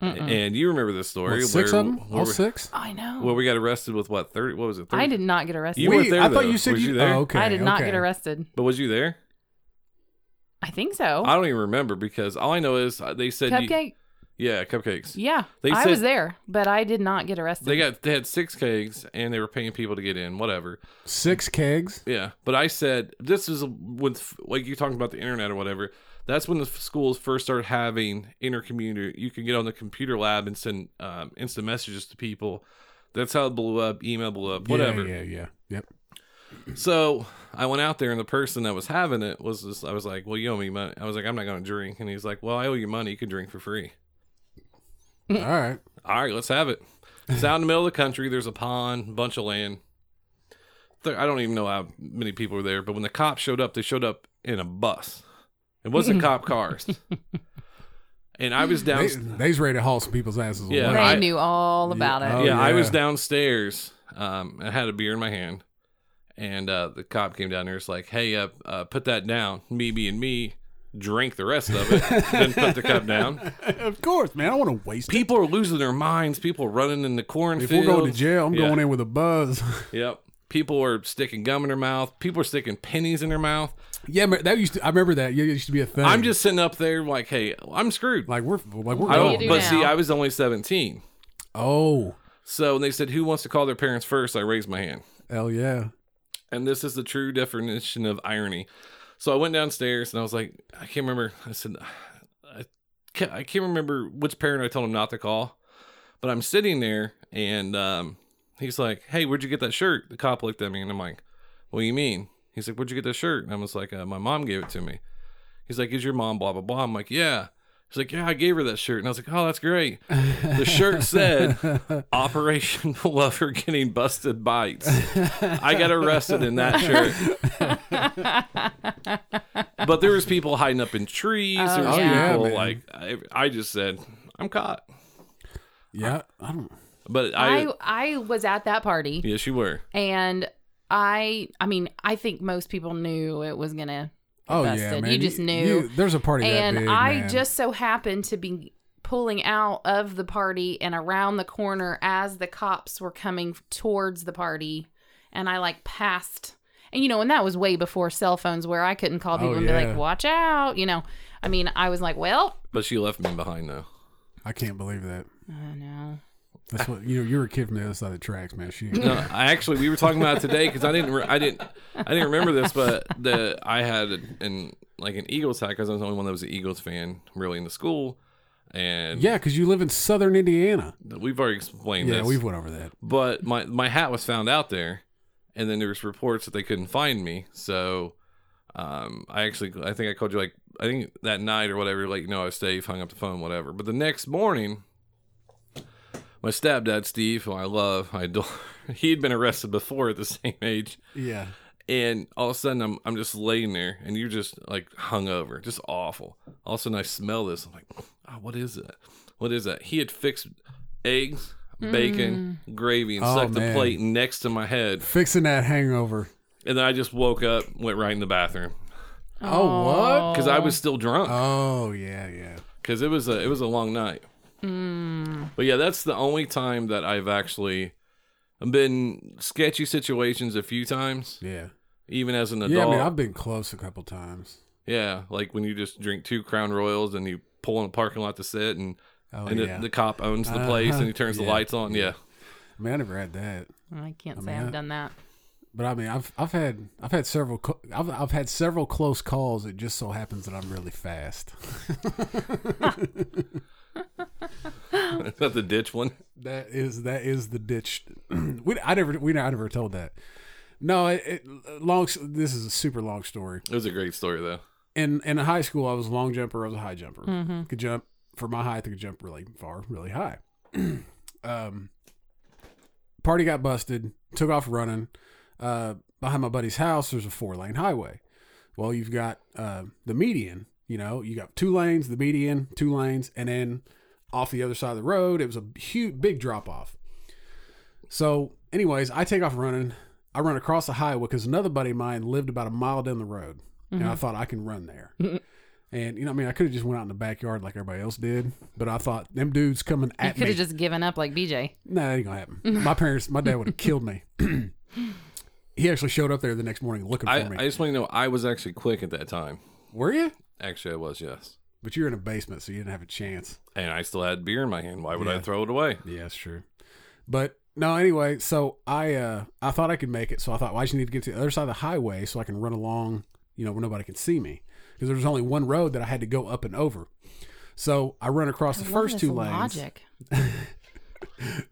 and you remember this What, story six where, of them? where All we- six? I know. where we got arrested with what thirty? What was it? 30? I did not get arrested. You Wait, weren't there, I thought though. you said Was you. you there? Oh, okay. I did not okay. get arrested. But was you there? I think Oh. so. I don't even remember because all I know is uh, they said you- Cupcake? yeah, cupcakes. yeah. They I said- was there, but I did not get arrested. They got they had six kegs and they were paying people to get in, whatever. Six kegs. Yeah, but I said this is with like you talking about the internet or whatever. That's when the f- schools first started having intercommunity. You can get on the computer lab and send um, instant messages to people. That's how it blew up. Email blew up. Whatever. Yeah, yeah, yeah. Yep. So I went out there, and the person that was having it was just, I was like, "Well, you owe me money." I was like, "I'm not going to drink," and he's like, "Well, I owe you money. You can drink for free." All right. All right, let's have it. It's out in the middle of the country. There's a pond, bunch of land. There, I don't even know how many people were there, but when the cops showed up, they showed up in a bus. It wasn't cop cars. And I was down. They, they's ready to haul some people's asses. Yeah. they away. I- knew all about Yeah, it. oh, yeah, I was yeah. downstairs. Um, I had a beer in my hand, and uh, the cop came down there. It's like, hey, uh, uh, put that down. Me being me, drink the rest of it, then put the cup down. of course, man. I don't want to waste. it. People are losing their minds. People are running in the cornfield. If we're going to jail, I'm Yeah. going in with a buzz. Yep. People are sticking gum in their mouth. People are sticking pennies in their mouth. yeah, man, that used to. I remember that. Yeah, It used to be a thing. I'm just sitting up there like, hey, I'm screwed. like we're like we're. I What do you don't. going. do but now? see, I was only 17. Oh, So when they said, who wants to call their parents first? I raised my hand. hell yeah. And this is the true definition of irony. So I went downstairs and I was like, I can't remember. I said, I can't, I can't remember which parent I told him not to call. But I'm sitting there and um, he's like, Hey, where'd you get that shirt? The cop looked at me and I'm like, What do you mean? He's like, Where'd you get that shirt? And I was like, uh, My mom gave it to me. He's like, Is your mom blah, blah, blah? I'm like, Yeah. He's like, Yeah, I gave her that shirt. And I was like, Oh, that's great. The shirt said Operation Lover Getting Busted Bites. I got arrested in that shirt. but there was people hiding up in trees. there was Oh, yeah. people Yeah, man. like I, I just said, I'm caught. Yeah, I don't. But I, I I was at that party yes, you were. and I I mean, I think most people knew it was going to Oh yeah, busted. man. You just knew. there's a party and that big, I man. just so happened to be pulling out of the party and around the corner as the cops were coming towards the party, and I like passed, and you know, and that was way before cell phones where I couldn't call people Oh, and be yeah. like, "Watch out," you know. I mean, I was like, "Well, But she left me behind though. I can't believe that. I know." That's what you know. You were a kid from the other side of the tracks, man. She. No, I actually we were talking about it today because I didn't re- I didn't I didn't remember this, but the I had an like an Eagles hat because I was the only one that was an Eagles fan really in the school, and Yeah, because you live in Southern Indiana. we've already explained Yeah, this. we've went over that. but my my hat was found out there and then there was reports that they couldn't find me so um i actually i think i called you like i think that night or whatever like you know i was safe hung up the phone whatever but the next morning my stepdad steve who i love i adore he'd been arrested before at the same age Yeah. and all of a sudden i'm, I'm just laying there and you're just like hung over just awful all of a sudden i smell this i'm like oh, what is that what is that he had fixed eggs bacon gravy and Oh, stuck the man. plate next to my head Fixing that hangover. and then i just woke up went right in the bathroom Oh, what? because i was still drunk Oh yeah, yeah. because it was a it was a long night But yeah, that's the only time that I've actually been sketchy situations a few times, Yeah. even as an adult. Yeah, I mean, I've been close a couple times. Yeah, like when you just drink two Crown Royals and you pull in a parking lot to sit, and, Oh, and the- yeah. the, cop owns the place and he turns the Yeah. lights on. Uh-huh. Yeah, I mean, I never had that. I can't say mean, I- I've done that. But I mean, I've I've had I've had several co- I've I've had several close calls. It just so happens that I'm really fast. is that the ditch one? That is that is the ditch. we I never we I never told that. No, it, it, long. s- This is a super long story. It was a great story though. In in high school, I was a long jumper. I was a high jumper. Could jump for my height. I could jump really far, really high. um, party got busted. Took off running. Uh, behind my buddy's house, there's a four lane highway. Well, you've got uh, the median. You know, you got two lanes, the median, two lanes, and then off the other side of the road, it was a huge, big drop off. So, anyways, I take off running. I run across the highway because another buddy of mine lived about a mile down the road, and I thought I can run there. and you know, I mean, I could have just went out in the backyard like everybody else did, but I thought them dudes coming You at could me. have just given up like BJ. No, that ain't gonna happen. My parents, my dad would have killed me. he actually showed up there the next morning looking I, for me. I just want to know I was actually quick at that time. Were you? Actually, I was yes, But you're in a basement, so you didn't have a chance. and I still had beer in my hand. Why would I Yeah. throw it away? Yeah, that's true. But no, anyway, so I uh I thought I could make it, so I thought well, I just need to get to the other side of the highway so I can run along, you know, where nobody can see me because there was only one road that I had to go up and over. So I run across the I love first this two lanes. logic.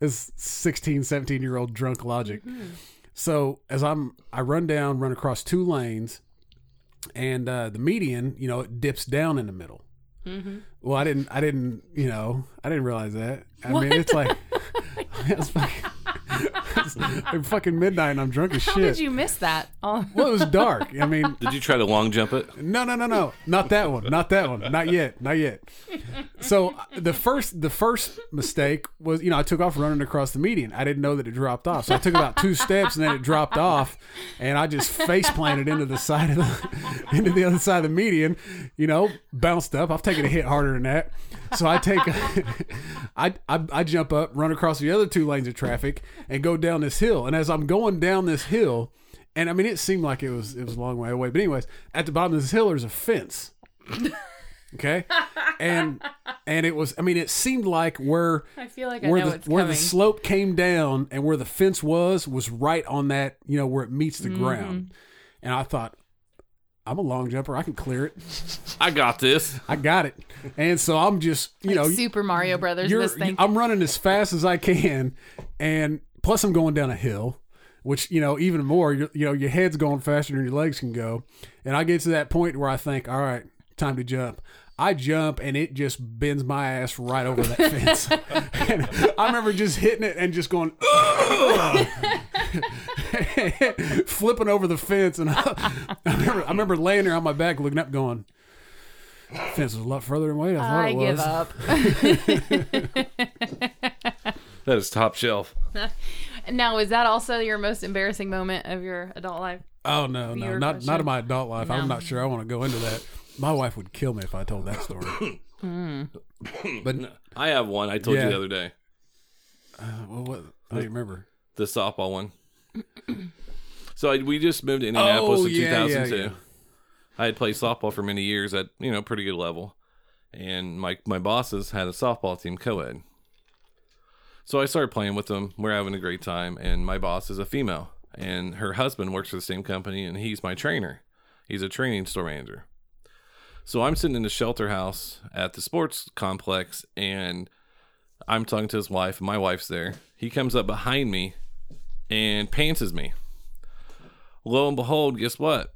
It's 16, 17 year old drunk logic. Mm-hmm. So as I'm, I run down, run across two lanes, and uh, the median, you know, it dips down in the middle. Mm-hmm. Well, I didn't, I didn't, you know, I didn't realize that. I mean, it's like, it's fucking, it's like fucking midnight and I'm drunk as How shit. did you miss that? Oh, well, it was dark. I mean, Did you try to long jump it? no, no, no, no, not that one, not that one, not yet, not yet. So uh, the first, the first mistake was, you know, I took off running across the median. I didn't know that it dropped off, so I took about two steps and then it dropped off, and I just face planted into the side of the, into the other side of the median. You know, bounced up. I've taken a hit harder than that, so I take, I, I, I jump up, run across the other two lanes of traffic, and go down this hill. And as I'm going down this hill. And I mean, it seemed like it was it was a long way away. But anyways, at the bottom of this hill, there's a fence. Okay, and and it was. I mean, it seemed like where I feel like I where know the it's where coming. the slope came down and where the fence was was right on that you know where it meets the Mm-hmm. ground. And I thought, I'm a long jumper. I can clear it. I got this. I got it. And so I'm just you know like Super Mario Brothers. you're, This thing. I'm running as fast as I can, and plus I'm going down a hill, which you know even more. you you know your head's going faster than your legs can go, and I get to that point where I think, all right, time to jump. I jump and it just bends my ass right over that fence. and I remember just hitting it and just going, flipping over the fence. And I, I, remember, I remember laying there on my back looking up, going, fence was a lot further away than I thought I it was. give up. That is top shelf. now, is that also your most embarrassing moment of your adult life? Oh no, no, your not not question. in my adult life. I'm No. not sure I want to go into that. My wife would kill me if I told that story. but uh, I have one. I told Yeah. you the other day, Uh, well, what, I don't remember. the softball one. so I, we just moved to Indianapolis Oh, in yeah, yeah, 2002. yeah. I had played softball for many years at you know pretty good level, and my my bosses had a softball team co-ed. So I started playing with them. We're having a great time, and my boss is a female, and her husband works for the same company, and he's my trainer. He's a training store manager. So I'm sitting in the shelter house at the sports complex, and I'm talking to his wife. and My wife's there. He comes up behind me and pantses me. Lo and behold, guess what?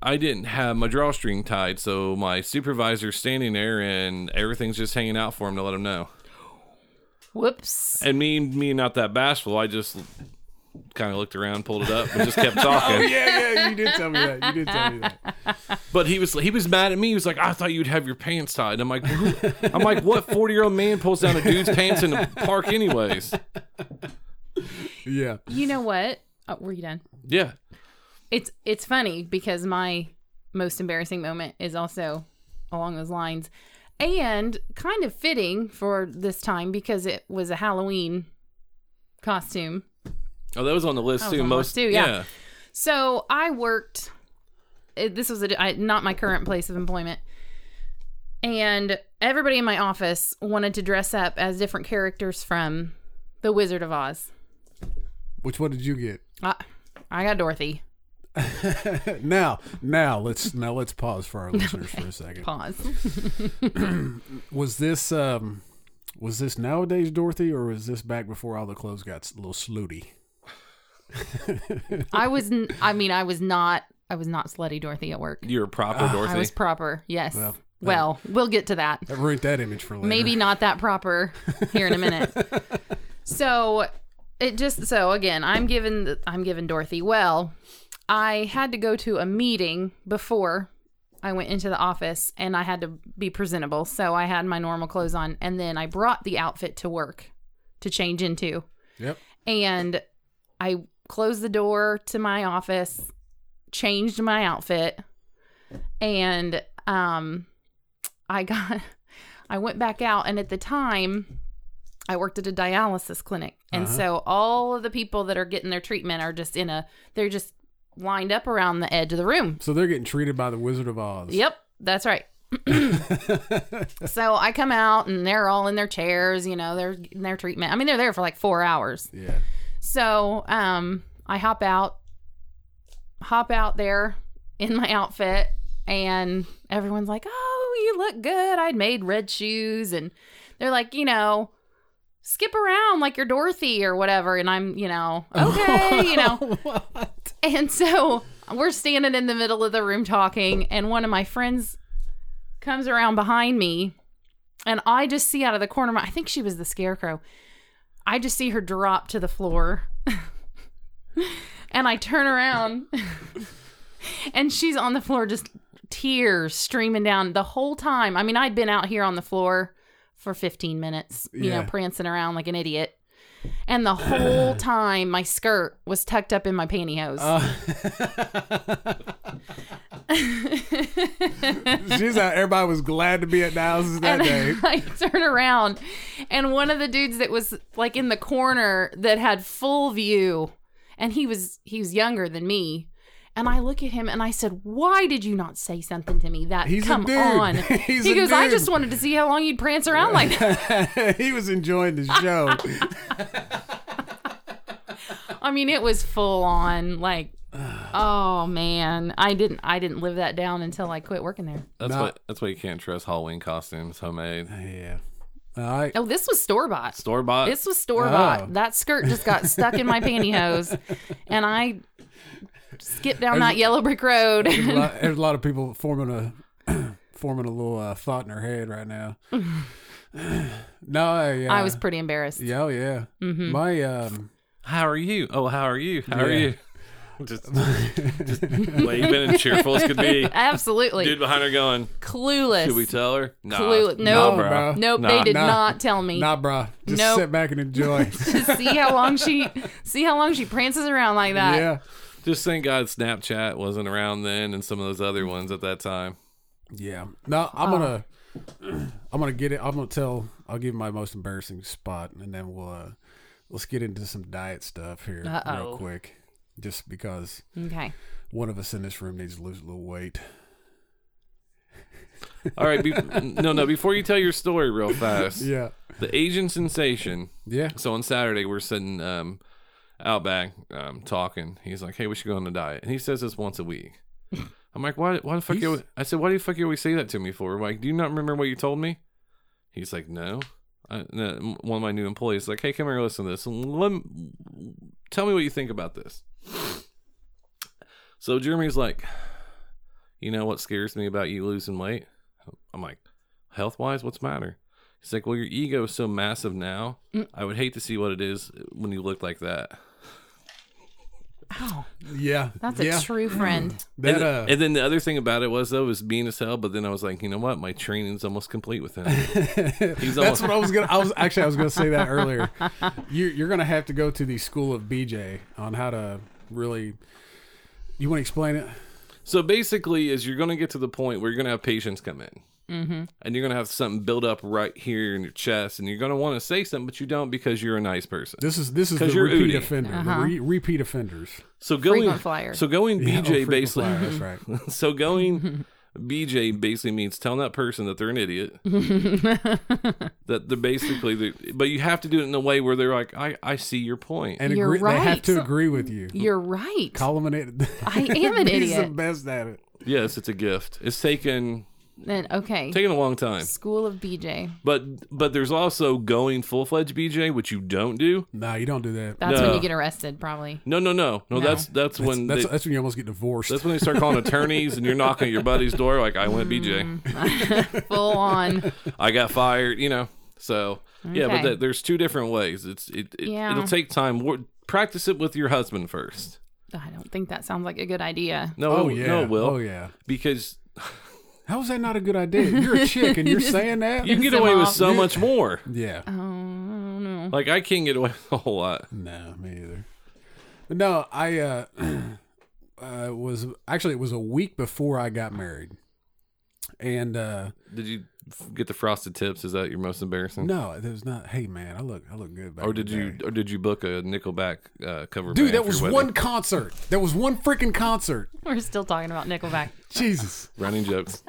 I didn't have my drawstring tied, so my supervisor's standing there and everything's just hanging out for him to let him know. Whoops. And me, me not that bashful, I just kind of looked around, pulled it up, and just kept talking. Yeah, yeah, you did tell me that. You did tell me that. But he was he was mad at me. He was like, "I thought you'd have your pants tied." I'm like, "Who- "I'm like, what forty year old man pulls down a dude's pants in the park, anyways?" Yeah, You know what? Oh, were you done? Yeah, It's it's funny because my most embarrassing moment is also along those lines. And kind of fitting for this time because it was a Halloween costume. Oh, that was on the list That was too. on the Most list, too, yeah. So I worked. It, this was a, I, not my current place of employment, and everybody in my office wanted to dress up as different characters from The Wizard of Oz. Which one did you get? I, I got Dorothy. now, now let's now let's pause for our listeners for a second. Pause. Was this um was this nowadays Dorothy or was this back before all the clothes got s- a little slutty? I was. n- I mean, I was not. I was not slutty Dorothy at work. You're a proper Dorothy. I was proper. Yes. Well, Well, we'll get to that. I ruined that image for later. Maybe not that proper here in a minute. so it just so again, I'm given I'm given Dorothy. Well, I had to go to a meeting before I went into the office and I had to be presentable. So I had my normal clothes on and then I brought the outfit to work to change into. Yep. and I closed the door to my office, changed my outfit, and um I got I went back out and at the time I worked at a dialysis clinic. And so all of the people that are getting their treatment are just in a they're just lined up around the edge of the room. So they're getting treated by the Wizard of Oz. Yep, that's right. so I come out and they're all in their chairs, you know, they're getting their treatment. I mean, they're there for like 4 hours. Yeah. So, um, I hop out, hop out there in my outfit, and everyone's like, "Oh, you look good." I'd made red shoes, and they're like, you know, skip around like you're Dorothy or whatever. And I'm, you know, okay, you know. what? And so we're standing in the middle of the room talking, and one of my friends comes around behind me, and I just see out of the corner of my I think she was the scarecrow. I just see her drop to the floor. and I turn around and she's on the floor just tears streaming down the whole time. I mean, I'd been out here on the floor for 15 minutes, you Yeah. know, prancing around like an idiot. And the whole time my skirt was tucked up in my pantyhose. She's out. Everybody was glad to be at Niles that and day. I turn around, and one of the dudes that was like in the corner that had full view, and he was he was younger than me. And I look at him and I said, "Why did you not say something to me? That He's a come dude. on." He's he a goes, "I dude." just wanted to see how long you'd prance around like that." he was enjoying the show. I mean, it was full on. Like, oh man, I didn't I didn't live that down until I quit working there. That's Not- why. That's why you can't trust Halloween costumes homemade. yeah. All right. Oh, this was store bought. Store bought. This was store bought. Oh. That skirt just got stuck in my pantyhose, and I skipped down that yellow brick road. There's a lot, there's a lot of people forming a forming a little uh, thought in their head right now. no, I, yeah. I was Mm-hmm. pretty embarrassed. Yeah, oh, yeah. My um, how are you? Oh, how are you? How are Yeah. you? Just, just waving and cheerful as could be. Absolutely Dude behind her going. clueless. Should we tell her? Nah. Clueless. Nah, No, No, bro. bro. nope. Nah. they did Nah. not tell me. nah, bruh. Just Nope. sit back and enjoy. Just see how long she see how long she prances around like that. yeah, Just thank God Snapchat wasn't around then, and some of those other ones at that time. yeah. No, I'm gonna, Oh. I'm gonna get it. I'm gonna tell. I'll give my most embarrassing spot, and then we'll uh, let's get into some diet stuff here real Uh-oh. quick, just because Okay. one of us in this room needs to lose a little weight. All right. Be- no, no. Before you tell your story, real fast. Yeah, The Asian sensation. yeah. So on Saturday, we're sitting um, out back um, talking. He's like, "Hey, we should go on a diet," and he says this once a week. I'm like, "Why? Why the fuck?" You, always-" I said, "Why do you fuck you always say that to me for?" I'm like, do you not remember what you told me? He's like, "No." I, no one of my new employees is like, "Hey, come here, listen to this. Let, tell me what you think about this." So Jeremy's like, "You know what scares me about you losing weight?" I'm like, "Health wise, what's the matter?" He's like, "Well, your ego is so massive now. I would hate to see what it is when you look like that." Oh, Yeah, that's yeah. a true friend. That and, uh, and then the other thing about it was though was being as hell. But then I was like, you know what? My training's almost complete with him. He's that's almost. what I was gonna. I was actually I was gonna say that earlier. You, you're gonna have to go to the school of BJ on how to really. You want to explain it? so basically, is you're going to get to the point where you're going to have patients come in. Mm-hmm. and you're gonna have something build up right here in your chest, and you're gonna want to say something, but you don't because you're a nice person. This is this is the 'Cause you're repeat Udi. offender. Uh-huh. The re- repeat offenders. So going, Frequent flyer. so going Yeah, oh, BJ frequent basically, flyer, That's right. so going BJ basically means telling that person that they're an idiot, that they're basically, they but you have to do it in a way where they're like, I, I see your point. And You're agree, they have right. to So- agree with you. You're right. Call him an idiot. I am an He's the idiot. best at it. yes, it's a gift. It's taken Then okay. taken a long time, School of BJ. but but there's also going full fledged BJ, which you don't do. No, you don't do that. That's No. when you get arrested, probably. No, no, no, no. No. That's that's, that's, when that's, they- that's when you almost get divorced. That's when they start calling attorneys and you're knocking at your buddy's door like I went BJ. Full on. I got fired, you know. So, yeah, but Okay. that, there's two different ways. It's it, it Yeah. it'll take time. Wo- Practice it with your husband first. I don't think that sounds like a good idea. No, oh it- yeah. no, it will. Oh yeah. Because How is that not a good idea? You're a chick and you're saying that. you can get Piss him away with off. so much more. yeah. Oh no. Like I can't get away with a whole lot. No, me either. But no, I uh, uh, was actually it was a week before I got married, and uh, Did you f- get the frosted tips? Is that your most embarrassing? no, it was not. Hey man, I look I look good. Back Or in the Oh, did you day." or did you book a Nickelback uh, cover Dude, band that for was your one wedding? concert. That was one freaking concert. We're still talking about Nickelback. Jesus. running jokes.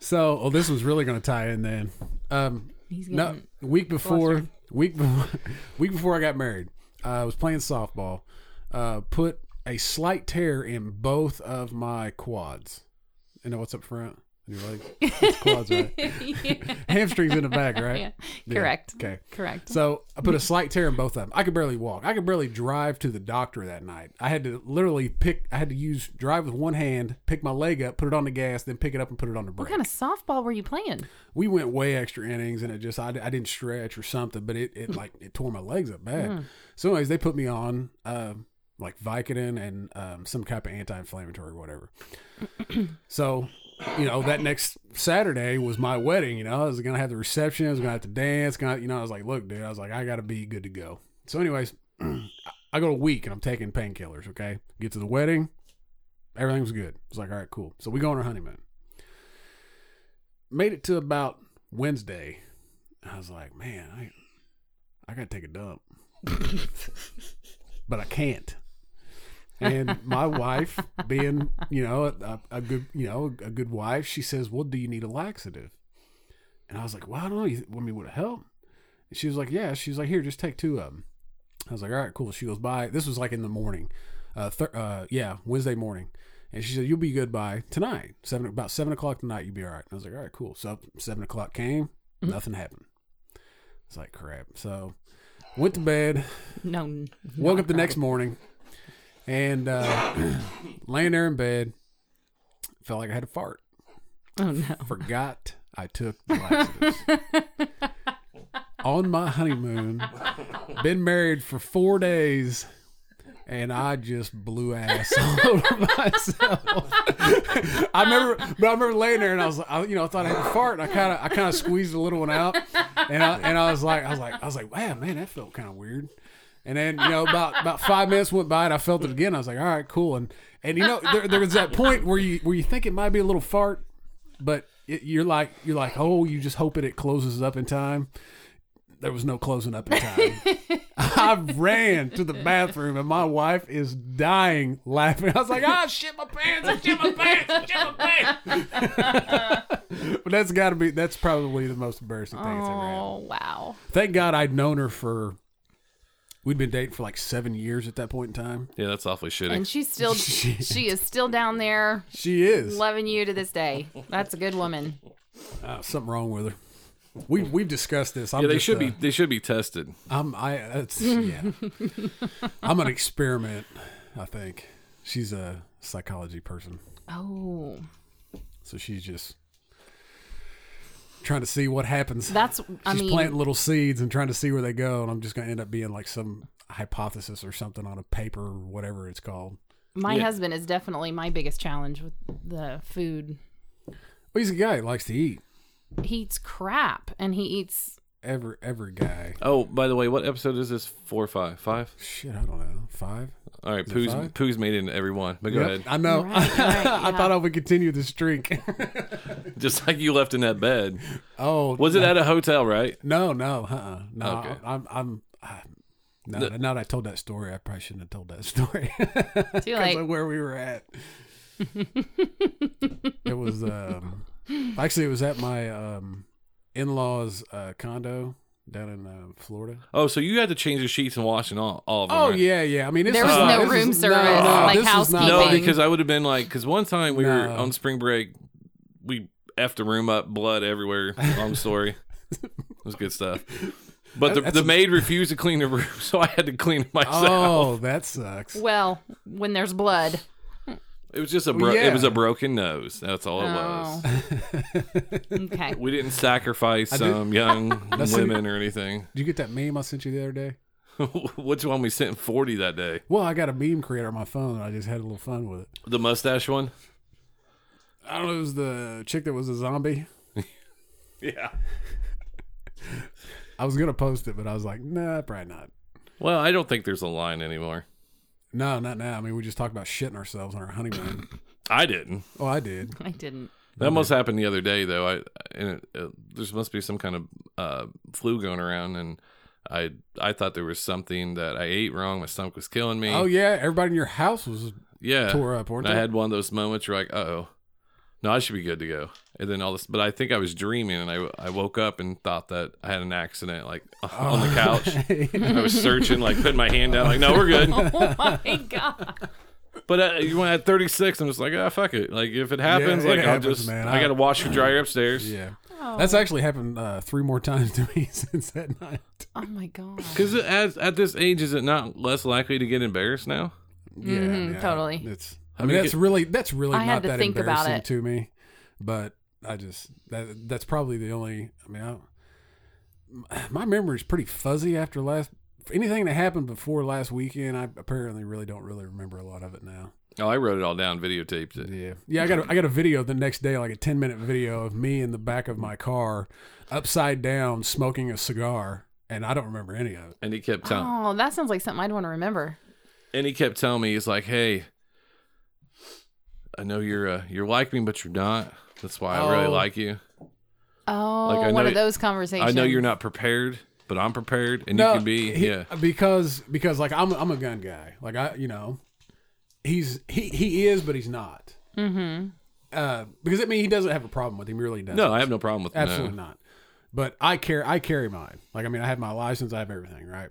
So, oh, this was really going to tie in then. Um, He's getting no, week before, week before, week before I got married, uh, I was playing softball. Uh, put a slight tear in both of my quads. You know what's up front? And Your legs, It's quads, right? Hamstrings in the back, right? Yeah. Yeah. Correct. Okay. Correct. So I put a slight tear in both of them. I could barely walk. I could barely drive to the doctor that night. I had to literally pick. I had to use drive with one hand, pick my leg up, put it on the gas, then pick it up and put it on the brake. what kind of softball were you playing? we went way extra innings, and it just I, I didn't stretch or something, but it, it like it tore my legs up bad. So anyways, they put me on um like Vicodin and um, some type of anti-inflammatory or whatever. so you know that next Saturday was my wedding. You know I was gonna have the reception. I was gonna have to dance. Gonna, you know I was like, look, dude, I was like, I gotta be good to go. So anyways, I go a week and I'm taking painkillers. Okay, get to the wedding, everything was good. It's like all right, cool. So we go on our honeymoon. Made it to about Wednesday. I was like, man, I I gotta take a dump, but I can't. And my wife, being you know a, a good you know a good wife, she says, "Well, do you need a laxative?" And I was like, "Well, I don't know. You- I mean, would it help?" And she was like, "Yeah." She's like, "Here, just take two of them." I was like, all right, cool. She goes by. This was like in the morning, uh, thir- uh, yeah, Wednesday morning, and she said, you'll be good by tonight, seven about seven o'clock tonight. You'll be all right. And I was like, all right, cool. So seven o'clock came, Mm-hmm. nothing happened. It's like crap. So went to bed, No. n- woke not up the next morning, and uh, laying there in bed, felt like I had a fart. Oh no. Forgot I took the laxatives. On my honeymoon, been married for four days, and I just blew ass all over myself. I remember, but I remember laying there, and I was, like, I, you know, I thought I had a fart, and I kind of, I kind of squeezed the little one out, and I, and I was like, I was like, I was like, wow, man, that felt kind of weird. And then you know, about about five minutes went by, and I felt it again. I was like, all right, cool. And and you know, there, there was that point where you where you think it might be a little fart, but it, you're like you're like oh you just hoping it closes up in time there was no closing up in time i ran to the bathroom and my wife is dying laughing i was like ah shit my pants I shit my pants I shit my pants but that's gotta be that's probably the most embarrassing thing that's ever happened Oh wow. thank god i'd known her for we'd been dating for like seven years at that point in time Yeah, that's awfully shitty. And she's still she is still down there she is loving you to this day. That's a good woman. Uh, something wrong with her we, we've discussed this. I'm Yeah, they just, should uh, be they should be tested. I'm I that's yeah. I'm an experiment, I think. She's a psychology person. Oh. So she's just trying to see what happens. That's I she's mean planting little seeds and trying to see where they go and I'm just gonna end up being like some hypothesis or something on a paper or whatever it's called. my Yeah. husband is definitely my biggest challenge with the food Well, he's a guy that likes to eat. he eats crap and he eats ever ever guy. Oh, by the way, what episode is this? Four, or five, five. Shit, I don't know. Five. All right, it Pooh's five? Pooh's made it into every one. But go Yep, ahead, I know. Right, right, I yeah. thought I would continue this streak. just like you left in that bed. oh, Was it at a hotel, right? No, no, uh-uh. no. Okay. I'm, I'm. I'm now, that- now that I told that story, I probably shouldn't have told that story Too because late. of where we were at. it was um, actually it was at my um, in-laws uh, condo down in uh, Florida. Oh, so you had to change the sheets and wash and all, all of them. Oh right? yeah, yeah. I mean, this There is was not- no this room is- service, like this is not- No, Keeping. because I would have been like, because one time we were No. on spring break, we effed the room up, blood everywhere. Long story. it was good stuff. But the, That's the a- maid refused to clean the room, so I had to clean it myself. Oh, that sucks. Well, when there's blood. It was just a bro- Oh, yeah. it was a broken nose. That's all it was. Oh. Okay. We didn't sacrifice some young women or anything. Did you get that meme I sent you the other day? Which one we sent forty that day? Well, I got a meme creator on my phone. And I just had a little fun with it. The mustache one. I don't know. It was the chick that was a zombie. Yeah. I was gonna post it, but I was like, nah, probably not. Well, I don't think there's a line anymore. No, not now. I mean, we just talked about shitting ourselves on our honeymoon. I didn't. oh, I did. I didn't. That must happen the other day though. I and it, uh, there's must be some kind of uh, flu going around, and I I thought there was something that I ate wrong. My stomach was killing me. Oh yeah, everybody in your house was yeah. tore up, weren't And I they? had one of those moments where like, uh oh, no, I should be good to go. And then all this, but I think I was dreaming, and I I woke up and thought that I had an accident, like on Oh. the couch. I was searching, like putting my hand down, like no, we're good. Oh my god. But uh, you went at 36, I'm just like, ah, fuck it. Like if it happens, it like I'll happens, just man. I, I- got to wash and dryer upstairs. yeah, that's actually happened uh, three more times to me since that night. Oh my god. Because as at this age, is it not less likely to get embarrassed now? Yeah, Mhm, yeah, totally. It's. I I mean, mean, that's it- really that's really I had not to that think about embarrassing it. to me, but I just that that's probably the only. I mean, I, my memory is pretty fuzzy after last. Anything that happened before last weekend, I apparently really don't really remember a lot of it now. Oh, I wrote it all down, videotaped it. Yeah, yeah. I got a, I got a video the next day, like a ten minute video of me in the back of my car, upside down, smoking a cigar, and I don't remember any of it. And he kept telling, Oh, that sounds like something I'd want to remember. and he kept telling me, he's like, "Hey, I know you're uh, you're like me, but you're not. That's why I really Oh. like you. Oh, Like, I one know- of those conversations. I know you're not prepared, but I'm prepared, and you can be. he- yeah, because because like I'm I'm a gun guy. Like I you know, he's he he is, but he's not. Mm-hmm. Uh, because I mean, he doesn't have a problem with him. He really doesn't. no, I have no problem with Absolutely no. not. But I carry I carry mine. Like I mean, I have my license, I have everything, right?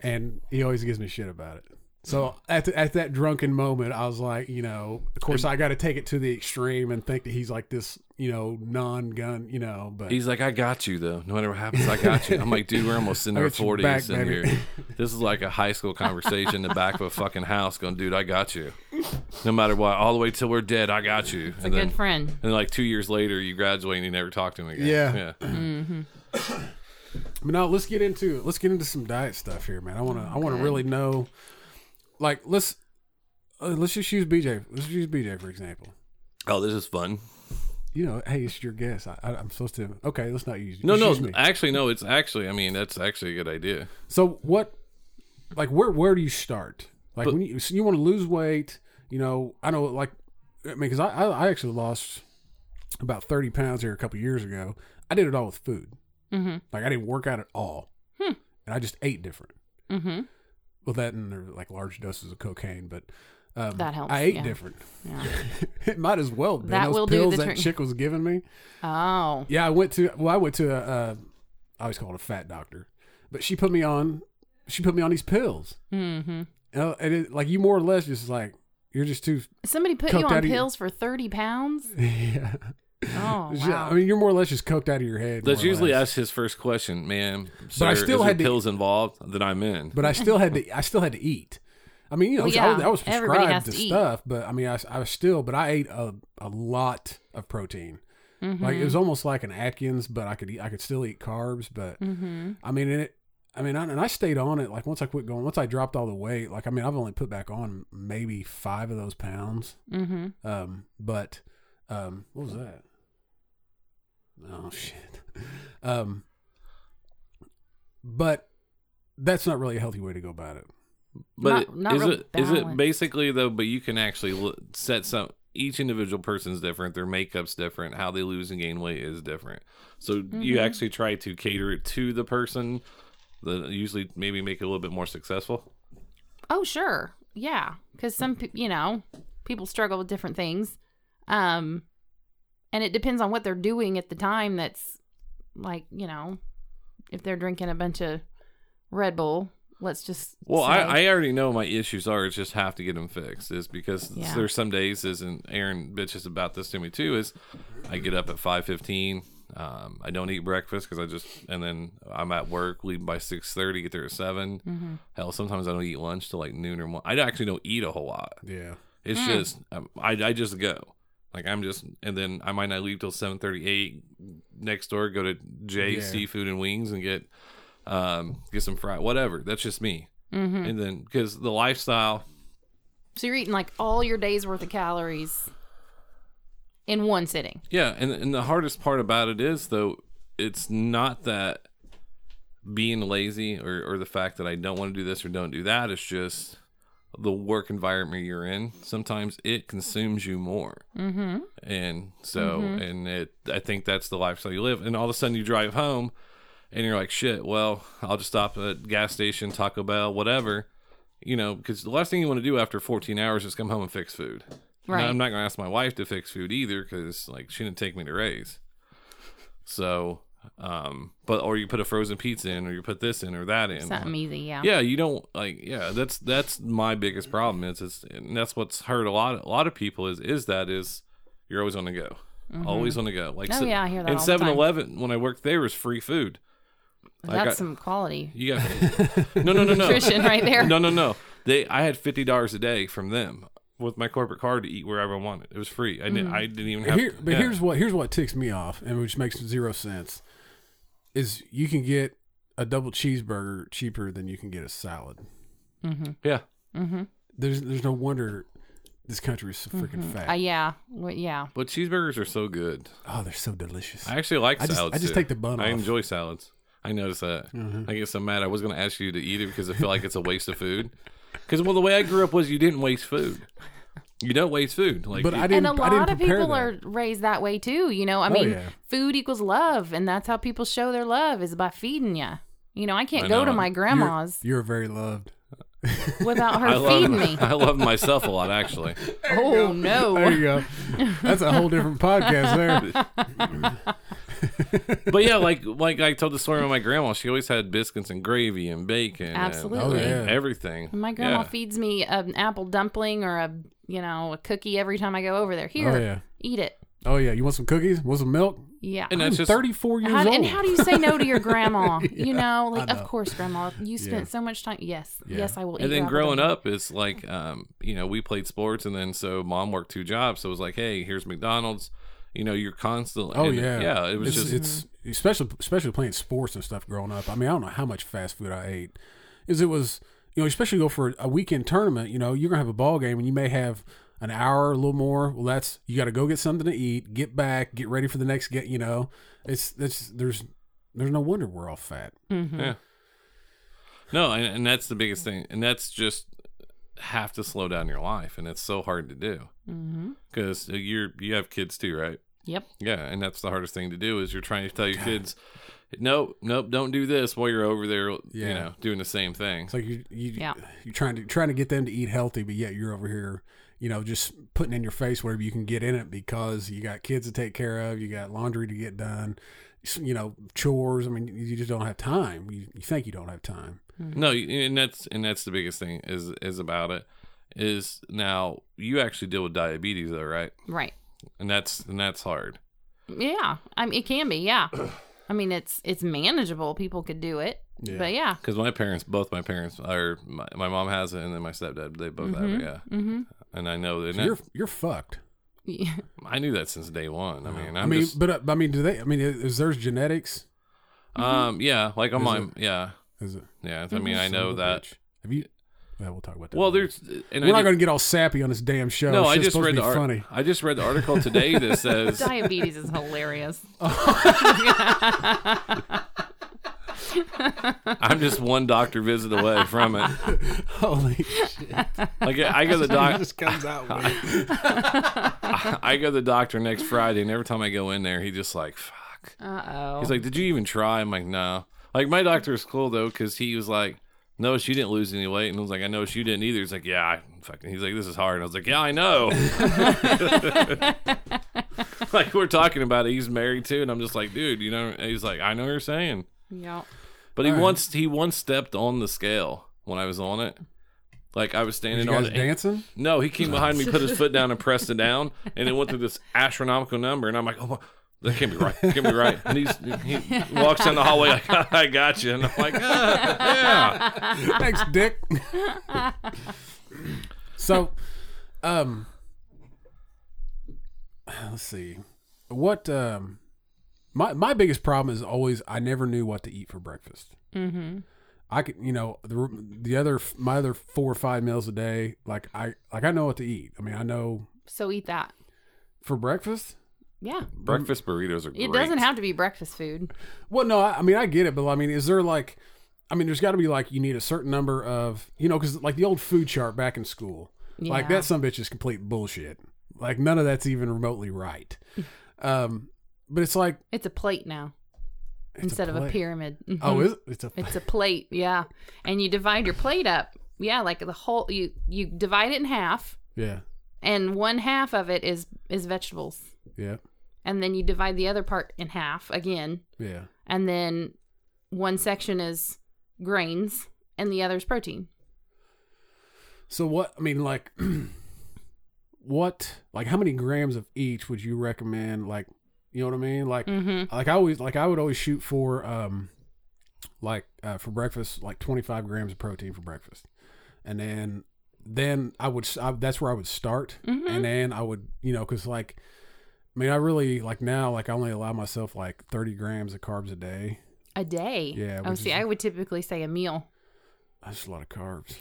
And he always gives me shit about it. So Mm-hmm. at the, at that drunken moment, I was like, you know, of course I got to take it to the extreme and think that he's like this, you know, non-gun, you know, but He's like, I got you though. No matter what happens, I got you. I'm like, dude, we're almost in I our got your back, forties in baby. here. This is like a high school conversation in the back of a fucking house. Going, dude, I got you. No matter what, all the way till we're dead, I got you. a and then, good friend. and like two years later, you graduate and you never talk to him again. Yeah. Mm-hmm. yeah. But now let's get into let's get into some diet stuff here, man. I want to I want to really know, like let's uh, let's just use BJ. Let's use BJ for example. Oh, this is fun. You know, hey, it's your guess. I, I, I'm supposed to. Okay, let's not use. No, just no, use me. actually, no. It's actually, I mean, that's actually a good idea. So what, like where where do you start? Like when you so you want to lose weight, you know, I know like, I mean, because I, I I actually lost about thirty pounds here a couple years ago. I did it all with food. Mhm. Like I didn't work out at all, Hmm. and I just ate different. Mm-hmm. well that and there were, like large doses of cocaine but um, That helps, i ate yeah. different Yeah. it might as well have been. That those will do pills the that trick. chick was giving me Oh. yeah i went to well i went to a uh, i always call it a fat doctor but she put me on she put me on these pills Mm-hmm. you know, and it, like you more or less just like you're just too Somebody put Coked you out on of you. pills for thirty pounds. yeah Oh It's just- wow. i mean you're more or less just coked out of your head That's more or usually less. that's his first question, man. But I sir, still is had there to- pills involved that I'm in. but i still had to i still had to eat i mean you know I, Well, was, Oh, yeah, I was everybody has prescribed the to eat. stuff but i mean i, I was still but i ate a, a lot of protein Like Mm-hmm. it was almost like an Atkins, but I could eat, I could still eat carbs. But Mm-hmm. I mean, and it, I mean, I, and I stayed on it. Like once I quit going, once I dropped all the weight, like I mean, I've only put back on maybe five of those pounds. Mm-hmm. Um, but um, what was that? Oh shit. Um, but that's not really a healthy way to go about it. But Not- not is real it is it balanced. basically though? But you can actually l- set some. Each individual person's different. Their makeup's different. How they lose and gain weight is different. So you Mm-hmm. actually try to cater it to the person. The usually maybe make it a little bit more successful. Oh, sure. Yeah. Because some, pe- you know, people struggle with different things. Um, and it depends on what they're doing at the time. That's like, you know, if they're drinking a bunch of Red Bull, let's just. Well, say- I, I already know my issues are. It's just have to get them fixed. Is because Yeah. there's some days, is and Aaron bitches about this to me too. Is I get up at five fifteen. Um, I don't eat breakfast because I just and then I'm at work, leave by six thirty, get there at 7 Hell, sometimes I don't eat lunch till like noon or one. I actually don't eat a whole lot. Yeah. It's just um, I I just go. Like I'm just, and then I might not leave till seven thirty eight. Next door, go to Jay's Yeah. Seafood and Wings and get um get some fried whatever. That's just me. And then because the lifestyle, So you're eating like all your day's worth of calories in one sitting. yeah, and and the hardest part about it is though, it's not that being lazy or or the fact that I don't want to do this or don't do that. It's just the work environment you're in. Sometimes it consumes you more. Mm-hmm. and so and it i think that's the lifestyle you live and all of a sudden you drive home and you're like shit well i'll just stop at gas station taco bell whatever you know because the last thing you want to do after 14 hours is come home and fix food And Right. i'm not going to ask my wife to fix food either because like she didn't take me to raise so um but or you put a frozen pizza in or you put this in or that in Something easy. Yeah. yeah you don't like yeah that's that's my biggest problem is it's and that's what's hurt a lot a lot of people is is that is you're always on the go always on the go like Oh, yeah, I hear that in all the time. 7-eleven when i worked there was free food like That's I- some quality you got no no no no nutrition right there. no no no they i had $50 a day from them with my corporate card to eat wherever i wanted it was free i didn't i didn't even have Here, Mm. but yeah. here's what here's what ticks me off, and which makes zero sense, is you can get a double cheeseburger cheaper than you can get a salad. yeah There's there's no wonder this country is so freaking fat. Uh, yeah. Well, yeah. but cheeseburgers are so good oh, they're so delicious. I actually like I just- salads. I just too. take the bun I off. Mm-hmm. enjoy salads. I notice that. I get so mad. I was going to ask you to eat it because I feel like it's a waste of food. Because well, the way I grew up was you didn't waste food. You don't waste food. Like, but I and didn't. a I didn't lot of prepare that. people Oh, are raised that way too. You know, I mean, yeah. food equals love, and that's how people show their love is by feeding you. You know, I can't I go to know. my You're- grandma's You're, very loved. without I her love feeding me. I love myself a lot actually. Oh There no! you go. That's a whole different podcast there. But yeah, like like I told the story about my grandma. She always had biscuits and gravy and bacon, and- Absolutely. and, Oh, yeah. everything. My grandma Yeah. feeds me an apple dumpling or a you know a cookie every time I go over there. Here, Oh yeah. eat it. Oh yeah. You want some cookies? Want some milk? Yeah. And that's I'm just 34 years How, old. and how do you say no to your grandma? you know, like know. of course, grandma, you spent Yeah. so much time. Yes, Yeah. yes, I will. eat and your then apple growing dumpling. up it's like um, you know we played sports and then so mom worked two jobs so it was like hey here's mcdonald's you know you're constantly Oh and, yeah, yeah it was it's, just it's especially especially playing sports and stuff growing up. I mean, I don't know how much fast food I ate. Is it was you know especially go for a weekend tournament. You know, you're gonna have a ball game and you may have an hour, a little more. Well, that's you got to go get something to eat, get back, get ready for the next get. You know, it's that's there's there's no wonder we're all fat. Mm-hmm. yeah no and, and that's the biggest thing and that's just have to slow down your life and it's so hard to do because you're you have kids too right Mm-hmm. Yep. yeah and that's the hardest thing to do is you're trying to tell your kids nope nope don't do this while you're over there you Yeah. know doing the same thing It's like you you Yeah. you're trying to trying to get them to eat healthy, but yet you're over here. You know, just putting in your face whatever you can get in it because you got kids to take care of, you got laundry to get done, s- you know, chores. I mean, you just don't have time. You, you think you don't have time. No, y- and that's and that's the biggest thing is is about it is now you actually deal with diabetes though, right? Right. And that's and that's hard. Yeah, I mean, it can be. Yeah, I mean, it's it's manageable. People could do it. Yeah. But yeah, Because my parents, both my parents, are my, my mom has it, and then my stepdad, they both have it, yeah. mm-hmm. And I know that. So you're you're fucked. I knew that since day one. I mean, I'm i mean, just, but uh, I mean, do they? I mean, is, is there's genetics? um, yeah, like on Is my, it- yeah, Is it? yeah. I mean, I Son of know a that. bitch. Have you? Well, we'll talk about that. Well, later. there's, and We're I not ju- going to get all sappy on this damn show. No, It's I just just supposed read to the be art- funny. I just read the article today that says diabetes is hilarious. I'm just one doctor visit away from it. Holy shit. Like I go to the It doc, just comes out with it. I go to the doctor next Friday, and every time I go in there, he just like fuck. Uh oh. He's like, "Did you even try?" I'm like, "No." Like my doctor is cool though, because he was like, "No, she didn't lose any weight," and I was like, "I know she didn't either." He's like, "Yeah, I fucking." He's like, "This is hard," and I was like, "Yeah, I know." like we're talking about it. He's married too, and I'm just like, "Dude, you know?" and He's like, "I know what you're saying," yeah. but he once he once stepped on the scale when I was on it. Like I was You standing on guys it. dancing? No, he came behind me, put his foot down, and pressed it down, and it went through this astronomical number. And I'm like, oh, my- that can't be right. Can't be right. And he's, he walks down the hallway like, I got you. And I'm like, ah, yeah. Thanks, Dick. so, um, let's see. What um, my my biggest problem is always I never knew what to eat for breakfast. Mm-hmm. I could, you know, the the other my other four or five meals a day, like I like I know what to eat. I mean, I know So eat that. for breakfast. Yeah. Breakfast burritos are great. It doesn't have to be breakfast food. Well, no, I, I mean I get it, but I mean, is there like, I mean, there's got to be like you need a certain number of, you know, because like the old food chart back in school, like Yeah. that some bitch is complete bullshit. Like none of that's even remotely right. um, but it's like It's a plate now it's instead of a plate. pyramid. Mhm. Oh, is it? it's a It's a plate, yeah. And you divide your plate up. Yeah, like the whole you you divide it in half yeah, and one half of it is is vegetables. yeah, And then you divide the other part in half again. yeah. And then one section is grains and the other is protein. So what? I mean, like, what? Like, how many grams of each would you recommend? Like, you know what I mean? Like, Mhm. like I always like I would always shoot for um, like uh, for breakfast, like twenty five grams of protein for breakfast, and then then I would s I that's where I would start, Mm-hmm. and then I would you know because like. I mean, I really like now. Like, I only allow myself like thirty grams of carbs a day. A day. Yeah, Oh, which see, is- I would typically say a meal. That's a lot of carbs.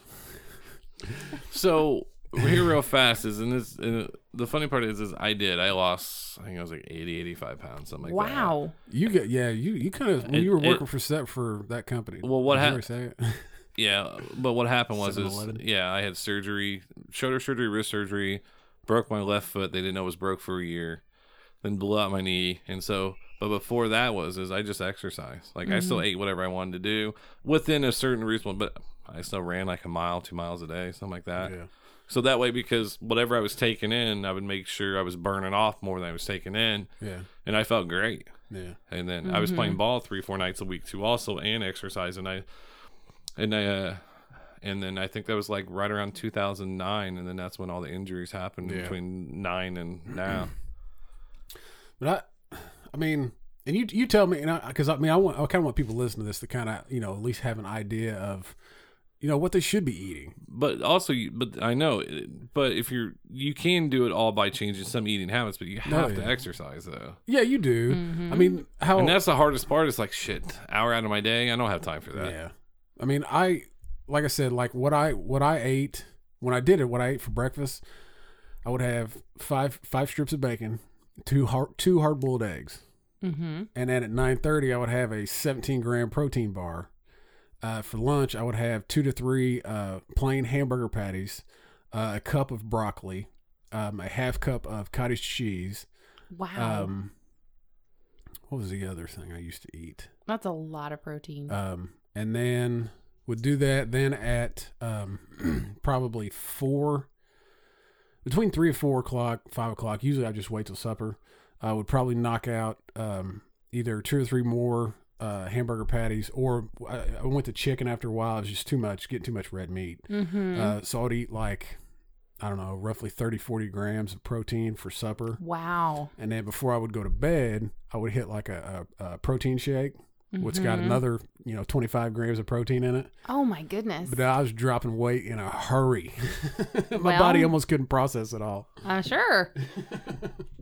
So here real fast is, and this, and the funny part is, is I did. I lost, I think I was like 80, 85 pounds, something like that. wow. You get yeah. You you kind of when It- you were it- working for set for that company. Well, what did hap- you already say it? Yeah, but what happened was is 7-Eleven. yeah, I had surgery, shoulder surgery, wrist surgery, broke my left foot. They didn't know it was broke for a year, then blew out my knee, and so. But before that was is I just exercised. Like I still ate whatever I wanted to do within a certain reasonable, but I still ran like a mile, two miles a day, something like that. Yeah. So that way, because whatever I was taking in, I would make sure I was burning off more than I was taking in, Yeah, and I felt great yeah. and then I was playing ball three, four nights a week too, also and exercise, and I, and I, uh, and then I think that was like right around 2009, and then that's when all the injuries happened Yeah. between nine and now. But I, I mean, and you you tell me, and I because I mean I want I kind of want people to listen to this to kind of you know at least have an idea of you know what they should be eating. but also, you, but I know, it- but if you're, you can do it all by changing some eating habits, but you have to Oh, yeah. exercise though. Yeah, you do. I mean, how? And that's the hardest part. It's like shit, hour out of my day, I don't have time for that. yeah. I mean, I like I said, like what I what I ate when I did it, what I ate for breakfast, I would have five five strips of bacon, two hard two hard boiled eggs. Mm-hmm. and then at 9.30 i would have a 17 gram protein bar uh, for lunch i would have two to three uh, plain hamburger patties uh, a cup of broccoli um, a half cup of cottage cheese Wow. um, what was the other thing i used to eat That's a lot of protein. um, and then would do that then at um, probably four between three and four o'clock five o'clock usually i just wait till supper i would probably knock out um, either two or three more uh, hamburger patties or I, I went to chicken after a while it was just too much getting too much red meat mm-hmm. uh, so i'd eat like i don't know roughly 30 40 grams of protein for supper wow. and then before I would go to bed, I would hit like a, a, a protein shake, which Mm-hmm. got another you know 25 grams of protein in it. Oh my goodness. But I was dropping weight in a hurry. My Well- body almost couldn't process it all. I'm Uh, sure.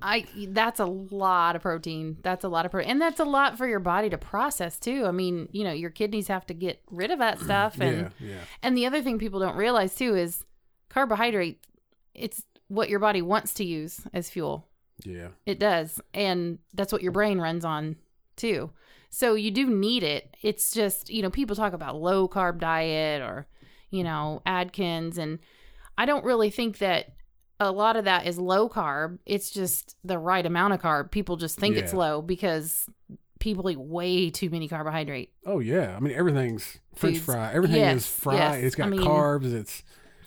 I that's a lot of protein. That's a lot of protein, and that's a lot for your body to process too. I mean, you know, your kidneys have to get rid of that stuff, and Yeah, yeah, and the other thing people don't realize too is carbohydrate. It's what your body wants to use as fuel. yeah. It does, and that's what your brain runs on too. So you do need it. It's just, you know, people talk about low carb diet or, you know, Adkins. And I don't really think that a lot of that is low carb. It's just the right amount of carb. People just think it's Yeah. low because people eat way too many carbohydrate. Oh yeah, I mean everything's French Foods. fry. Everything Yes, is fry. yes. It's got I mean- carbs. It's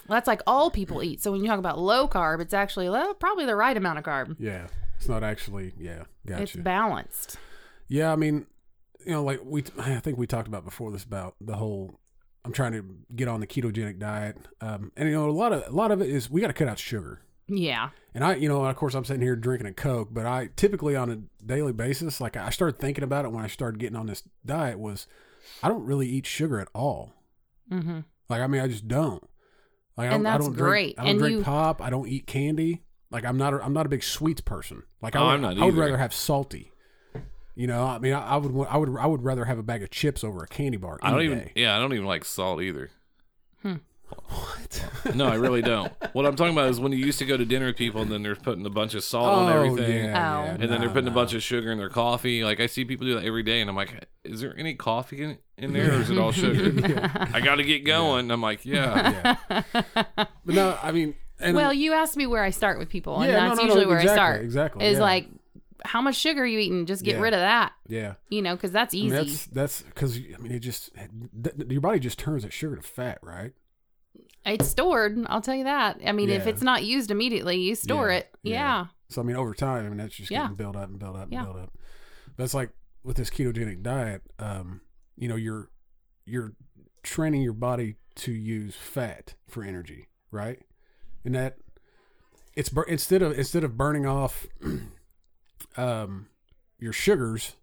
That's like all people eat. So when you talk about low carb, it's actually well, probably the right amount of carb. yeah. It's not actually yeah. It's Gotcha. balanced. yeah, I mean, you know, like we I think we talked about before this about the whole. I'm trying to get on the ketogenic diet, um, and you know a lot of a lot of it is we got to cut out sugar. Yeah. And I, you know, of course, I'm sitting here drinking a Coke, but I typically on a daily basis, like I started thinking about it when I started getting on this diet was I don't really eat sugar at all. Mm-hmm. Like, I mean, I just don't. Like, And I, I that's don't Drink, great. I don't And drink you- pop. I don't eat candy. Like, I'm not. A, I'm not a big sweets person. Like, I Oh, would, I'm not I would either. rather have salty. You know, I mean, I, I would. want- I would. I would rather have a bag of chips over a candy bar. I don't any even. day. Yeah, I don't even like salt either. What? No, I really don't. what I'm talking about is when you used to go to dinner with people and then they're putting a bunch of salt on everything. Oh. And then they're nah, putting a nah. bunch of sugar in their coffee. Like I see people do that every day, and I'm like, is there any coffee in, in there, or is it all sugar? I got to get going. And I'm like, yeah, But no, I mean, and well, you asked me where I start with people, and Yeah, no, that's no, no, usually where exactly, I start. exactly, Is yeah. like, how much sugar are you eating? Just get Yeah. rid of that, yeah. you know, because that's I mean, easy. that's that's because I mean it just th- th- your body just turns that sugar to fat, right? it's stored. I'll tell you that. I mean, if Yeah. it's not used immediately, you store Yeah, it. yeah. Yeah. So I mean, over time, I mean that's just Yeah. getting built up and built up and Yeah. built up. That's like with this ketogenic diet. Um, you know, you're you're training your body to use fat for energy, right? And that it's bur- instead of instead of burning off um your sugars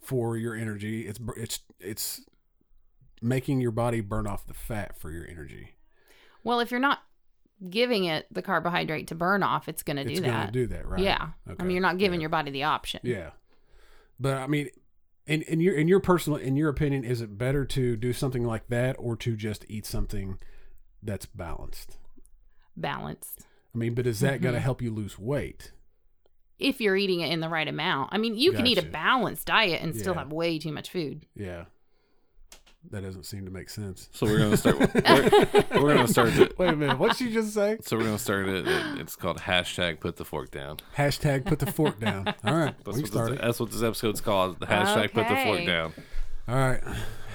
for your energy, it's bur- it's it's making your body burn off the fat for your energy. Well, if you're not giving it the carbohydrate to burn off, it's going to do it's going that. to do that, right? Yeah. I mean, you're not giving yeah. your body the option. Yeah, but I mean, in in your in your personal in your opinion, is it better to do something like that or to just eat something that's balanced? Balanced. I mean, but is that going Mm-hmm. to help you lose weight? If you're eating it in the right amount. I mean, you can eat a Gotcha. balanced diet and still Yeah. have way too much food. Yeah, that doesn't seem to make sense. So we're gonna start. We're, we're gonna start. The, Wait a minute, what did you just say? so we're gonna start it. it- It's called hashtag Put the fork down. Hashtag put the fork down. All right, That's, we what this, started. that's what this episode's called. The hashtag Put the fork Okay. down. All right,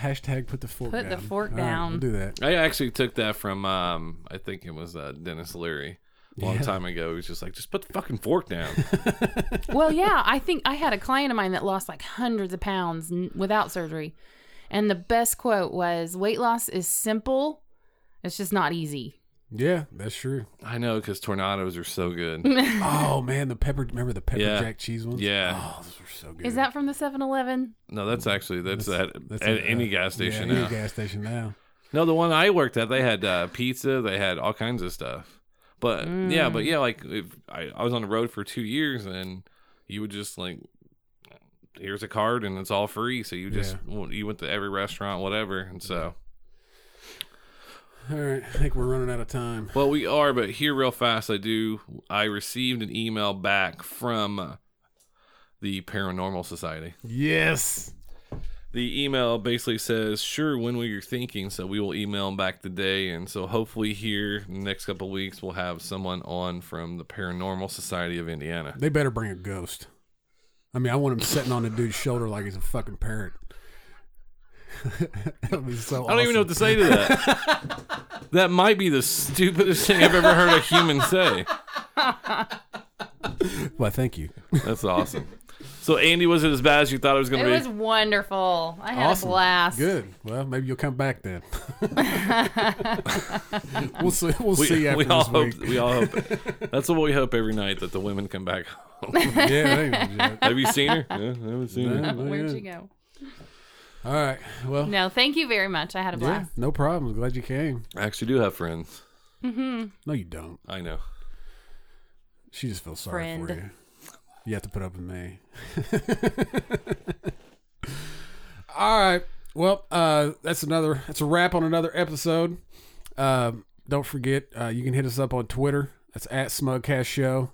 hashtag put the fork Put down. the fork All right, down. we'll do that. I actually took that from. Um, I think it was uh, Dennis Leary. A long Yeah. time ago, he was just like, just put the fucking fork down. well, yeah, I think I had a client of mine that lost like hundreds of pounds n- without surgery. And the best quote was weight loss is simple, it's just not easy. Yeah, that's true. I know because tornadoes are so good. Oh man, the pepper. Remember the pepper Yeah. jack cheese ones? Yeah. Oh, those were so good. Is that from the 7 Eleven? No, that's actually that's, at, That's at a- any uh, gas station yeah, now. Any gas station now. No, the one I worked at, they had uh, pizza, they had all kinds of stuff. But yeah, Mm. but yeah, like if I, I was on the road for two years, and you would just like, here's a card, and it's all free. So you just you went to every restaurant, whatever, and so. All right, I think we're running out of time. Well, we are, but here real fast, I do. I received an email back from uh, the Paranormal Society. Yes. the email basically says, "Sure, when were you thinking?" So we will email them back today, and so hopefully here in the next couple of weeks we'll have someone on from the Paranormal Society of Indiana. They better bring a ghost. I mean, I want him sitting on the dude's shoulder like he's a fucking parrot. that would be so I don't even know what awesome. to say to that. that might be the stupidest thing I've ever heard a human say. Well, thank you. That's awesome. So Andy, was it as bad as you thought it was going It to be? was wonderful. I had awesome. a blast. Good. Well, maybe you'll come back then. we'll see. We'll we, see you after we this all week. hope. We all hope. That's what we hope every night that the women come back home. yeah. there you go, Jack. have you seen her? Yeah, I haven't seen her. Yeah, Where'd yeah. you go? All right. Well. No, thank you very much. I had a Yeah. blast. No problem. Glad you came. I actually do have friends. No, you don't. I know. She just feels sorry for Friend. you. You have to put up with me. All right. Well, uh, that's another. That's a wrap on another episode. Um, don't forget, uh, you can hit us up on Twitter. That's at Smugcast Show.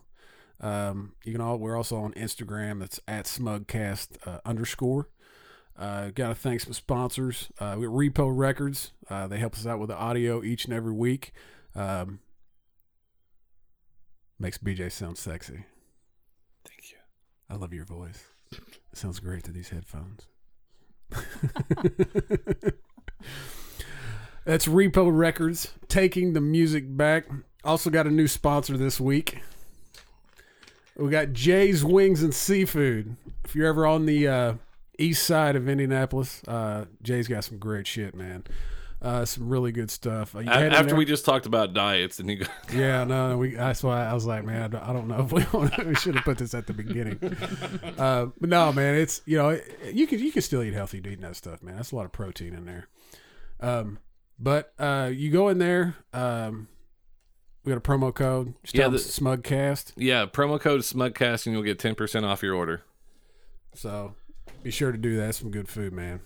Um, you can all. We're also on Instagram. That's at Smugcast uh, underscore. Uh, Got to thank some sponsors. Uh, we got Repo Records. Uh, they help us out with the audio each and every week. Um, makes BJ sound sexy. Thank you. I love your voice. It sounds great through these headphones. That's Repo Records taking the music back. Also got a new sponsor this week. We got Jay's Wings and Seafood. If you're ever on the uh, east side of Indianapolis, uh, Jay's got some great shit, man. Uh, some really good stuff. Uh, you A- head in after there- we just talked about diets, and he goes, yeah, no, we. That's why I was like, man, I don't- I don't know if we, wanna, we should have put this at the beginning. Uh, but no, man, it's you know you can you can still eat healthy eating that stuff, man. That's a lot of protein in there. Um, but uh, you go in there. Um, we got a promo code. Just Yeah, yeah, the- Smugcast. "Yeah, promo code Smugcast, and you'll get ten percent off your order." So be sure to do that. Some good food, man.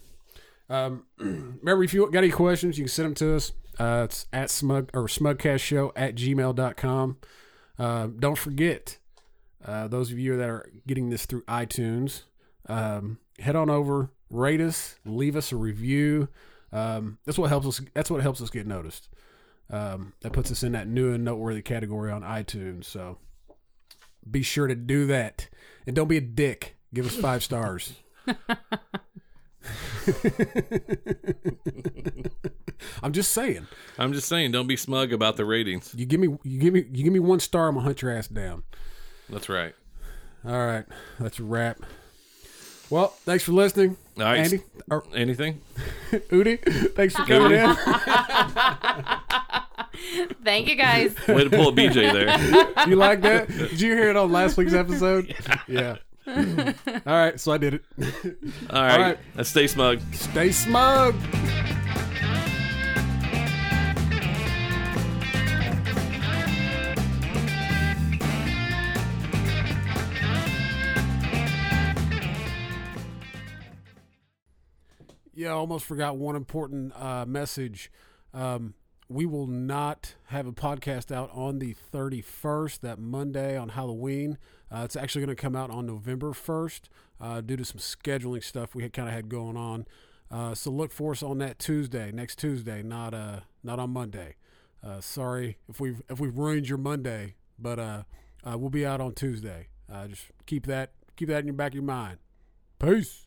Um, remember, if you got any questions, you can send them to us. Uh, it's at smug or smugcastshow at gmail.com. Um, don't forget, uh, those of you that are getting this through iTunes, um, head on over, rate us, leave us a review. Um, that's what helps us. That's what helps us get noticed. Um, that puts us in that new and noteworthy category on iTunes. So be sure to do that, and don't be a dick. Give us five stars. I'm just saying. I'm just saying, don't be smug about the ratings. You give me, you give me, you give me one star. I'm gonna hunt your ass down. That's right. All right, that's a wrap. Well, thanks for listening, All right. Andy or Anything? Udi. Thanks for coming in. Thank you guys. Way to pull a BJ there. You like that? Did you hear it on last week's episode? Yeah. All right, so I did it. All right. right. Let's stay smug. Stay smug. Yeah, I almost forgot one important uh, message. Um, we will not have a podcast out on the 31st, that Monday on Halloween. Uh, it's actually going to come out on November 1st uh, due to some scheduling stuff we had kind of had going on. Uh, so look for us on that Tuesday, next Tuesday, not uh, not on Monday. Uh, sorry if we've if we've ruined your Monday, but uh, uh, we'll be out on Tuesday. Uh, just keep that keep that in your back of your mind. Peace.